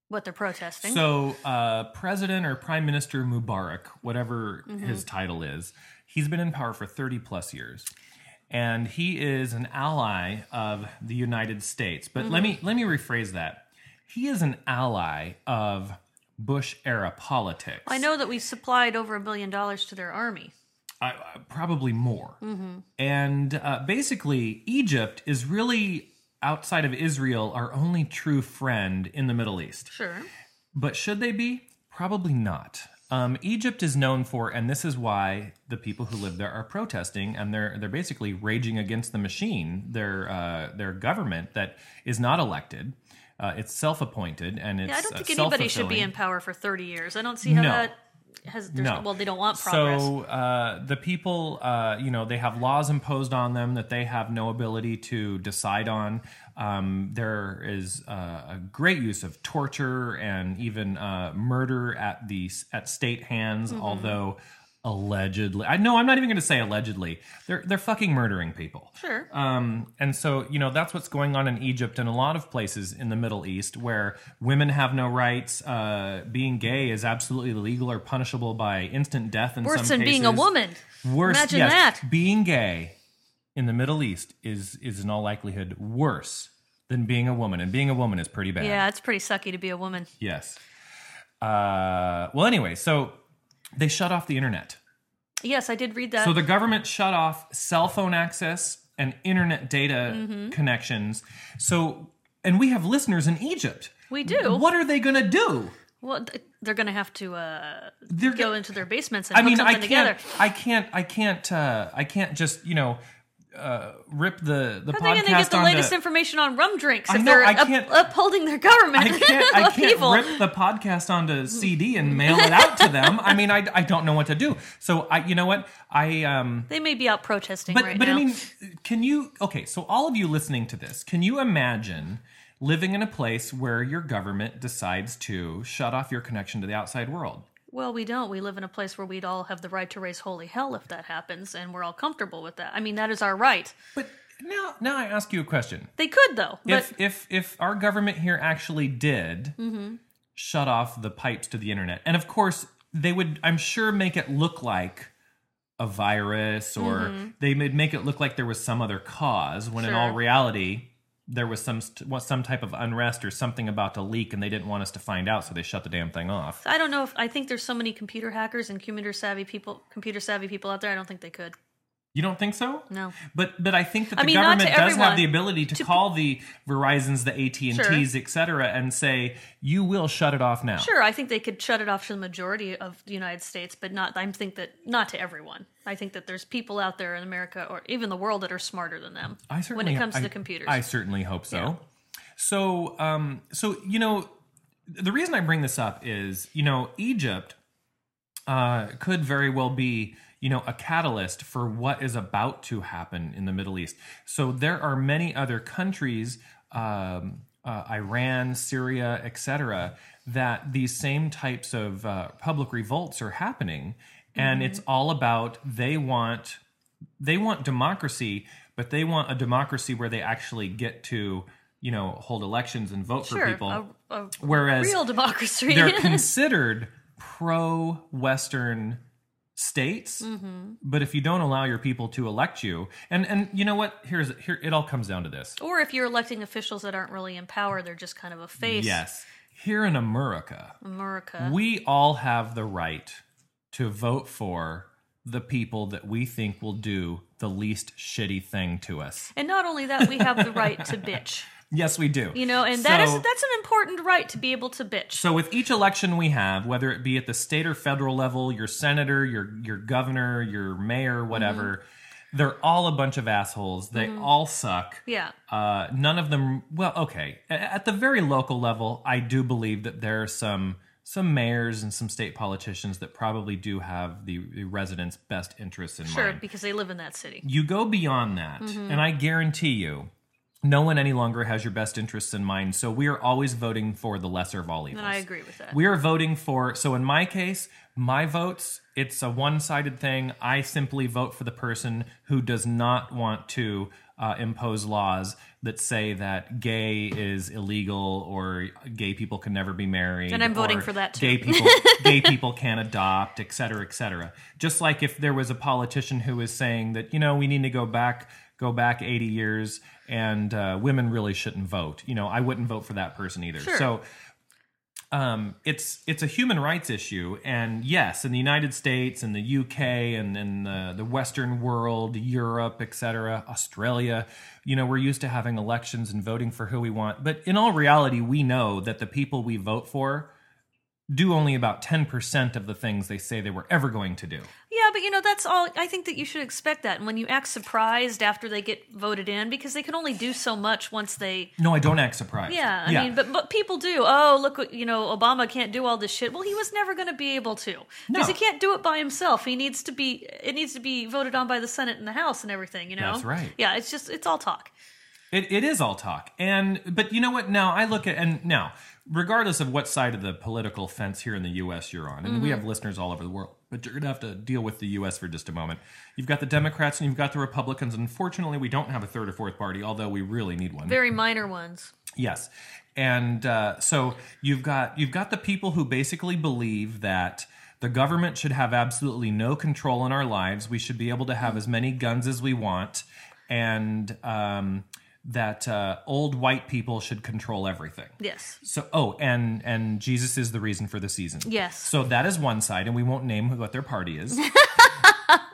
what they're protesting. So, uh, President or Prime Minister Mubarak, whatever Mm-hmm. his title is, he's been in power for 30 plus years. And he is an ally of the United States. But Mm-hmm. let me let me rephrase that. He is an ally of Bush era politics. I know that we supplied over a billion dollars to their army. I, I- Uh, probably more. Mm-hmm. And uh, basically, Egypt is really outside of Israel our only true friend in the Middle East. Sure. But should they be? Probably not. Um, Egypt is known for, and this is why the people who live there are protesting, and they're they're basically raging against the machine, their uh, their government that is not elected. Uh, it's self-appointed, and it's Yeah, I don't uh, think anybody should be self-fulfilling. in power for 30 years. I don't see how No. that has. There's, No. Well, they don't want progress. So uh, the people, uh, you know, they have laws imposed on them that they have no ability to decide on. Um, there is uh, a great use of torture and even uh, murder at the at state hands, Mm-hmm. although. Allegedly, I no, I'm not even going to say allegedly. They're they're fucking murdering people. sure. Um, and so, you know, that's what's going on in Egypt and a lot of places in the Middle East where women have no rights. Uh, being gay is absolutely illegal or punishable by instant death in Worse some than cases. being a woman. Worse, Imagine yes, that. Being gay in the Middle East is, is in all likelihood worse than being a woman. And being a woman is pretty bad. Yeah, it's pretty sucky to be a woman. Yes. Uh, well, anyway, so they shut off the internet. Yes, I did read that. So the government shut off cell phone access and internet data Mm-hmm. connections. So, and we have listeners in Egypt. we do. What are they going to do? Well, th- they're going to have to uh, They're go into their basements and I hook mean, I something can't, together. I can't, I can't, uh, I can't just you know uh, rip the the How podcast are they going to get the onto- latest information on rum drinks I if know, they're I up- can't- upholding their government? I can't, I can't upheaval? rip the podcast onto CD and mail it out to them. I mean, I, I don't know what to do. So I, you know what, I um, They may be out protesting but right but I now. mean, can you? Okay, so all of you listening to this, can you imagine living in a place where your government decides to shut off your connection to the outside world? well, we don't. We live in a place where we'd all have the right to raise holy hell if that happens, and we're all comfortable with that. I mean, that is our right. But Now, now I ask you a question. They could though, but if if if our government here actually did Mm-hmm. shut off the pipes to the internet, and of course they would, I'm sure, make it look like a virus, or they would make it look like there was some other cause. When in all Mm-hmm. Sure. reality, there was some st- what- some type of unrest or something about to leak, and they didn't want us to find out, so they shut the damn thing off. I don't know if I think there's so many computer hackers and computer savvy people, computer savvy people out there. I don't think they could. You don't think so? No. But but I think that the I mean, not government to does have everyone. the ability to, To- call the Verizon's, the AT and T's, et cetera, and say you will shut it off now. Sure, I think they could shut it off to the majority of the United States, but not. I think that not to everyone. I think that there's people out there in America or even the world that are smarter than them I certainly, when it comes I- to the computers. I certainly hope so. So um, so you know, the reason I bring this up is you know Egypt uh, could very well be you know a catalyst for what is about to happen in the Middle East. So there are many other countries, um, uh, Iran, Syria, etc., that these same types of uh, public revolts are happening, and it's Mm-hmm. all about they want they want democracy, but they want a democracy where they actually get to you know hold elections and vote sure, for people. a, a Whereas real democracy. they're considered pro Western states. Mm-hmm. But if you don't allow your people to elect you, and and you know what? Here's here it all comes down to this. or if you're electing officials that aren't really in power, they're just kind of a face. Yes, here in America, America. we all have the right to vote for the people that we think will do the least shitty thing to us. and not only that, we have the right to bitch. Yes, we do. You know, and that is So- that's an important right to be able to bitch. So with each election we have, whether it be at the state or federal level, your senator, your your governor, your mayor, whatever, Mm-hmm. they're all a bunch of assholes. They all suck. yeah. Uh, none of them. Well, okay. A- At the very local level, I do believe that there are some some mayors and some state politicians that probably do have the the residents' best interests in Sure, Mm-hmm. mind. because they live in that city. You go beyond that, and I guarantee you, no one any longer has your best interests in mind. So we are always voting for the lesser of all evils. And I agree with that. We are voting for. So in my case, my votes. It's a one-sided thing. I simply vote for the person who does not want to uh, impose laws that say that gay is illegal or gay people can never be married. And I'm voting or for that, too. Gay people, gay people can adopt, et cetera, et cetera. Just like if there was a politician who was saying that, you know, we need to go back, go back 80 years, and uh, women really shouldn't vote. You know, I wouldn't vote for that person either. Sure. So um, it's it's a human rights issue, and yes, in the United States, in the UK, and in the, the Western world, Europe, etc., Australia, you know, we're used to having elections and voting for who we want. But in all reality, we know that the people we vote for do only about ten percent of the things they say they were ever going to do. Yeah, but you know, that's all. I think that you should expect that. And when you act surprised after they get voted in, because they can only do so much once they. No, I don't act surprised. Yeah, I mean, but, but people do. Oh, look, what- you know, Obama can't do all this shit. Well, he was never going to be able to No. because he can't do it by himself. He needs to be. It needs to be voted on by the Senate and the House and everything. You know, That's right. Yeah, it's just it's all talk. It, it is all talk. And but you know what? Now I look at and now, regardless of what side of the political fence here in the US you're on, and Mm-hmm. we have listeners all over the world, but you're gonna have to deal with the US for just a moment. You've got the Democrats and you've got the Republicans. Unfortunately, we don't have a third or fourth party, although we really need one. Very minor ones. Yes, and uh, so you've got you've got the people who basically believe that the government should have absolutely no control in our lives. We should be able to have as many guns as we want, and um, that uh, old white people should control everything. Yes. So oh, and and Jesus is the reason for the season. Yes. So that is one side, and we won't name what their party is.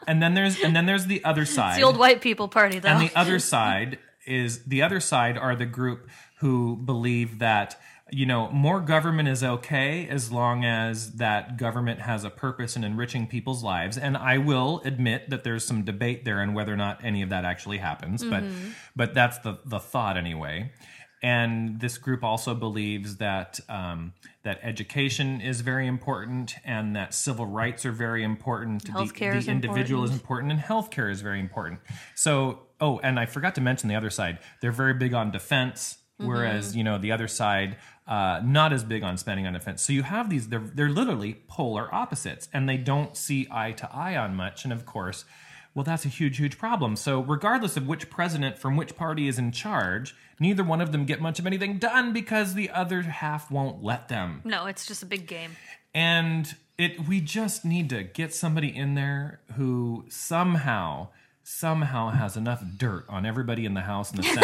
and then there's and then there's the other side. The old white people party, though. And the other side is the other side are the group who believe that you know more government is okay as long as that government has a purpose in enriching people's lives and i will admit that there's some debate there on whether or not any of that actually happens but but that's the the thought anyway and this group also believes that um, that education is very important and that civil rights are very important The- Healthcare the, is individual important. is important and healthcare is very important. So, oh, and I forgot to mention the other side. They're very big on defense, Mm-hmm. whereas you know the other side uh, not as big on spending on defense. So you have these. They're they're literally polar opposites, and they don't see eye to eye on much. And of course, Well, that's a huge, huge problem. So, regardless of which president from which party is in charge, neither one of them get much of anything done because the other half won't let them. No, it's just a big game. And it we just need to get somebody in there who somehow somehow has enough dirt on everybody in the House and the Senate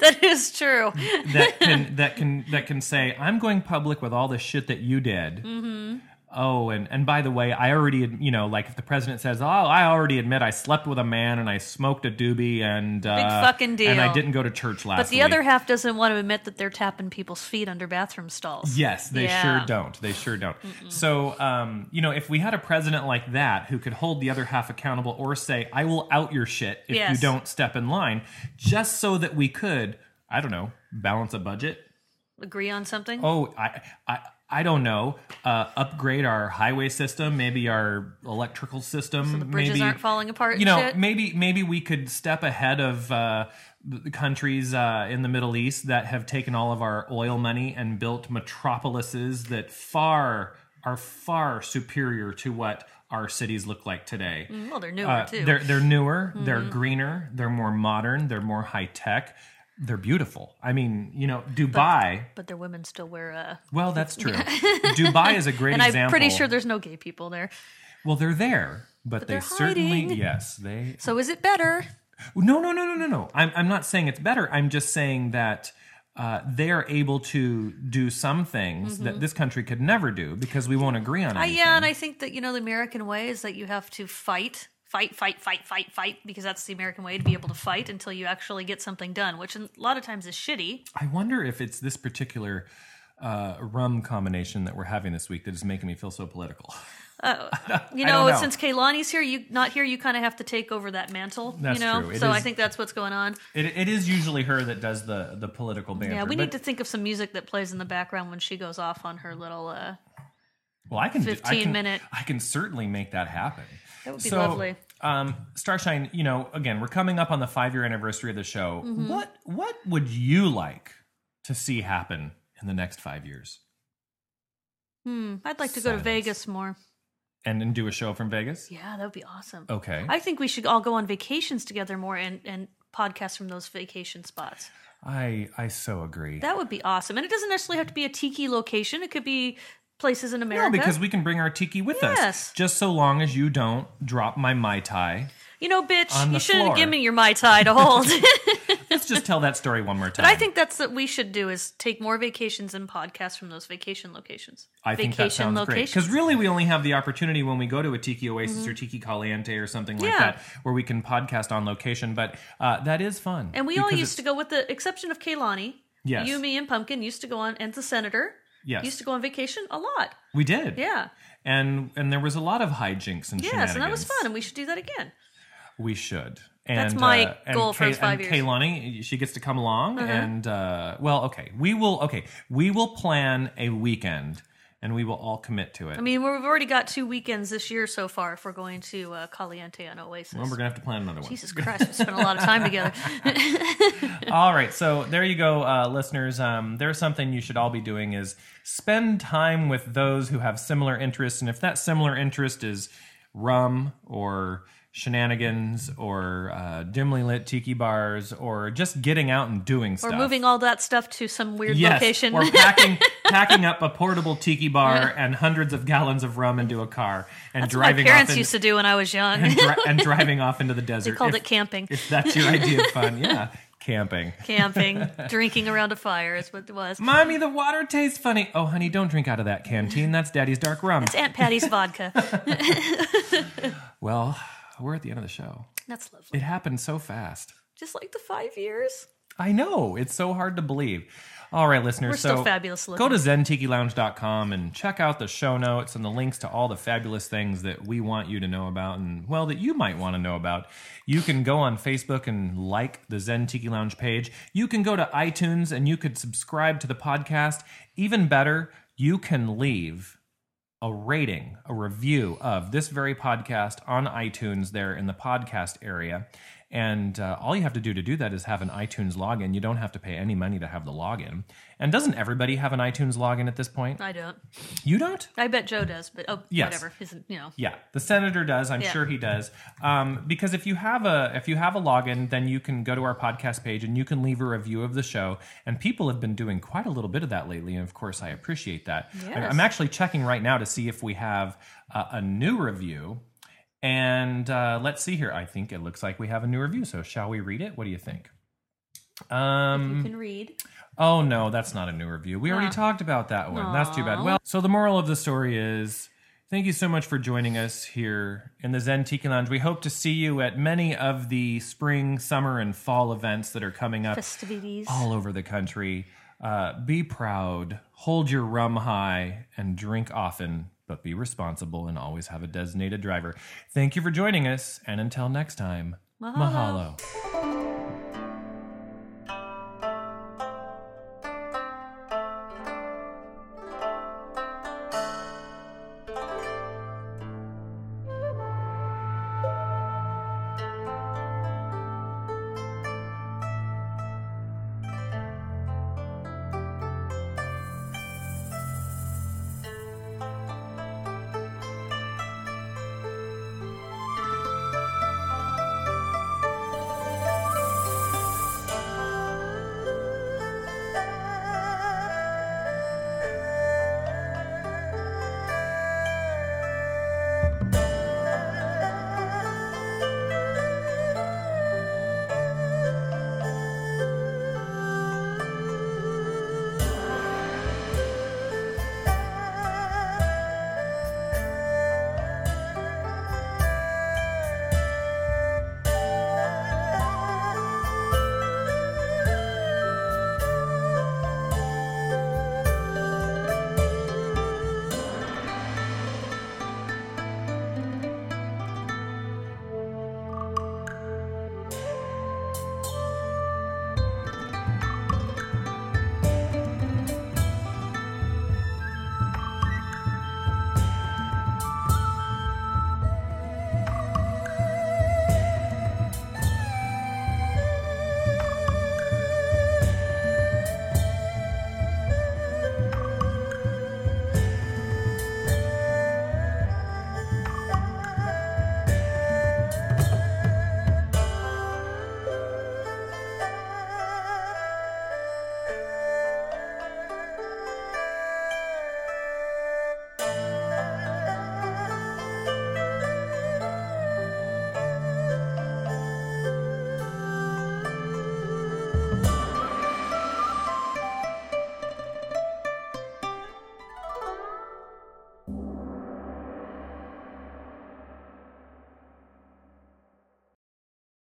that is true. that can that can that can say I'm going public with all the shit that you did. Mm-hmm. Oh, and and by the way, I already ad- you know like if the president says, "Oh, I already admit I slept with a man and I smoked a doobie and uh, fucking deal. and I didn't go to church last." But the week." other half doesn't want to admit that they're tapping people's feet under bathroom stalls. Yes, they Yeah. sure don't. They sure don't. So, um, you know, if we had a president like that who could hold the other half accountable or say, I will out your shit if Yes. you don't step in line, just so that we could, I don't know, balance a budget. Agree on something? Oh, I, I, I don't know. Uh, upgrade our highway system, maybe our electrical system. the bridges maybe, aren't falling apart. you and know shit? maybe maybe we could step ahead of uh, the countries uh, in the middle east that have taken all of our oil money and built metropolises that far are far superior to what our cities look like today well, they're Mm-hmm. newer Uh, too. Mm-hmm. they're they're newer they're greener they're more modern they're more high tech they're beautiful i mean you know dubai but their women still wear uh well that's true dubai is a great and example I'm pretty sure there's no gay people there. well they're there but, they they're certainly hiding. yes they So is it better? No, no, no, no, no, no. I'm, I'm not saying it's better. I'm just saying that uh, they are able to do some things that this country could never do because we won't agree on Uh, anything. yeah, and Mm-hmm. I think that you know the American way is that you have to fight, fight, fight, fight, fight, fight, because that's the American way to be able to fight until you actually get something done, which a lot of times is shitty. I wonder if it's this particular uh, rum combination that we're having this week that is making me feel so political. You I don't know, know. since Kaylani's here, you not here, you kind of have to take over that mantle. That's you know, true. It so I is- think that's what's going on. It, it is usually her that does the the political banter. Yeah, we but- need to think of some music that plays in the background when she goes off on her little. uh Well, I can do- I 15 can- minute. I can certainly make that happen. That would be lovely. Um, Starshine, you know, again, we're coming up on the five year anniversary of the show. Mm-hmm. What what would you like to see happen in the next five years? Hmm, I'd like to go to Silence. Vegas more. And then do a show from Vegas? Yeah, that would be awesome. Okay. I, I think we should all go on vacations together more and and podcast from those vacation spots. I, so agree. That would be awesome. And it doesn't necessarily have to be a tiki location. It could be places in America. no, because we can bring our tiki with Yes. us. Just so long as you don't drop my Mai Tai. you know, bitch, On you the shouldn't floor. give me your mai tai to hold. Let's just tell that story one more time. but I think that's what we should do is take more vacations and podcasts from those vacation locations. I vacation think that sounds great. locations. Because really, we only have the opportunity when we go to a Tiki Oasis or Tiki Caliente or something like Mm-hmm. Yeah. that, where we can podcast on location. But uh, that is fun. and we all because used to it's- go, with the exception of Kaylani. Yes. You, me, and Pumpkin used to go on, and the Senator Yes. used to go on vacation a lot. We did. Yeah. And and there was a lot of hijinks and Yes, and that was shenanigans. fun, and we should do that again. We should. And, That's my uh, and goal for Kay- those five and years. Uh-huh. Kaylani, she gets to come along, and uh, well, okay, we will. Okay, we will plan a weekend, and we will all commit to it. I mean, we've already got two weekends this year so far if we're going to uh, Caliente on Oasis. we're gonna have to plan another one. Jesus Christ, we spent a lot of time together. all right so there you go uh, listeners um, there's something you should all be doing is spend time with those who have similar interests and if that similar interest is rum or shenanigans or uh, dimly lit tiki bars or just getting out and doing We're stuff moving all that stuff to some weird yes, location. or packing packing up a portable tiki bar and hundreds of gallons of rum into a car and My driving parents off in- used to do when I was young. and, dri- and driving off into the desert they called if, it camping. if that's your idea of fun yeah camping camping, drinking around a fire is what it was. Mommy, the water tastes funny. Oh, honey, don't drink out of that canteen. That's Daddy's dark rum. It's Aunt Patty's vodka. Well, we're at the end of the show. That's lovely. It happened so fast. Just like the five years. I know. It's so hard to believe. All right, listeners. We're so still fabulous Go to zentikilounge.com and check out the show notes and the links to all the fabulous things that we want you to know about and, well, that you might want to know about. You can go on Facebook and like the Zen Tiki Lounge page. You can go to iTunes and you could subscribe to the podcast. Even better, you can leave a rating, a review of this very podcast on iTunes there in the podcast area. And uh, all you have to do to do that is have an iTunes login. You don't have to pay any money to have the login. And doesn't everybody have an iTunes login at this point? I don't. You don't? I bet Joe does, but oh, Yes. whatever. Isn't you know? Yeah, the senator does. I'm Yeah. sure he does. Um, because if you have a if you have a login, then you can go to our podcast page and you can leave a review of the show. And people have been doing quite a little bit of that lately, and of course, I appreciate that. I- Yes. I'm actually checking right now to see if we have uh, a new review. And uh, let's see here. I think it looks like we have a new review. So shall we read it? What do you think? Um, You can read. Oh no, that's not a new review. We already Aw. talked about that one. That's too bad. Well, so the moral of the story is thank you so much for joining us here in the Zen Tiki Lounge. We hope to see you at many of the spring, summer, and fall events that are coming up Festivities. all over the country. Uh, be proud, hold your rum high, and drink often, but be responsible and always have a designated driver. Thank you for joining us, and until next time, Mahalo. mahalo.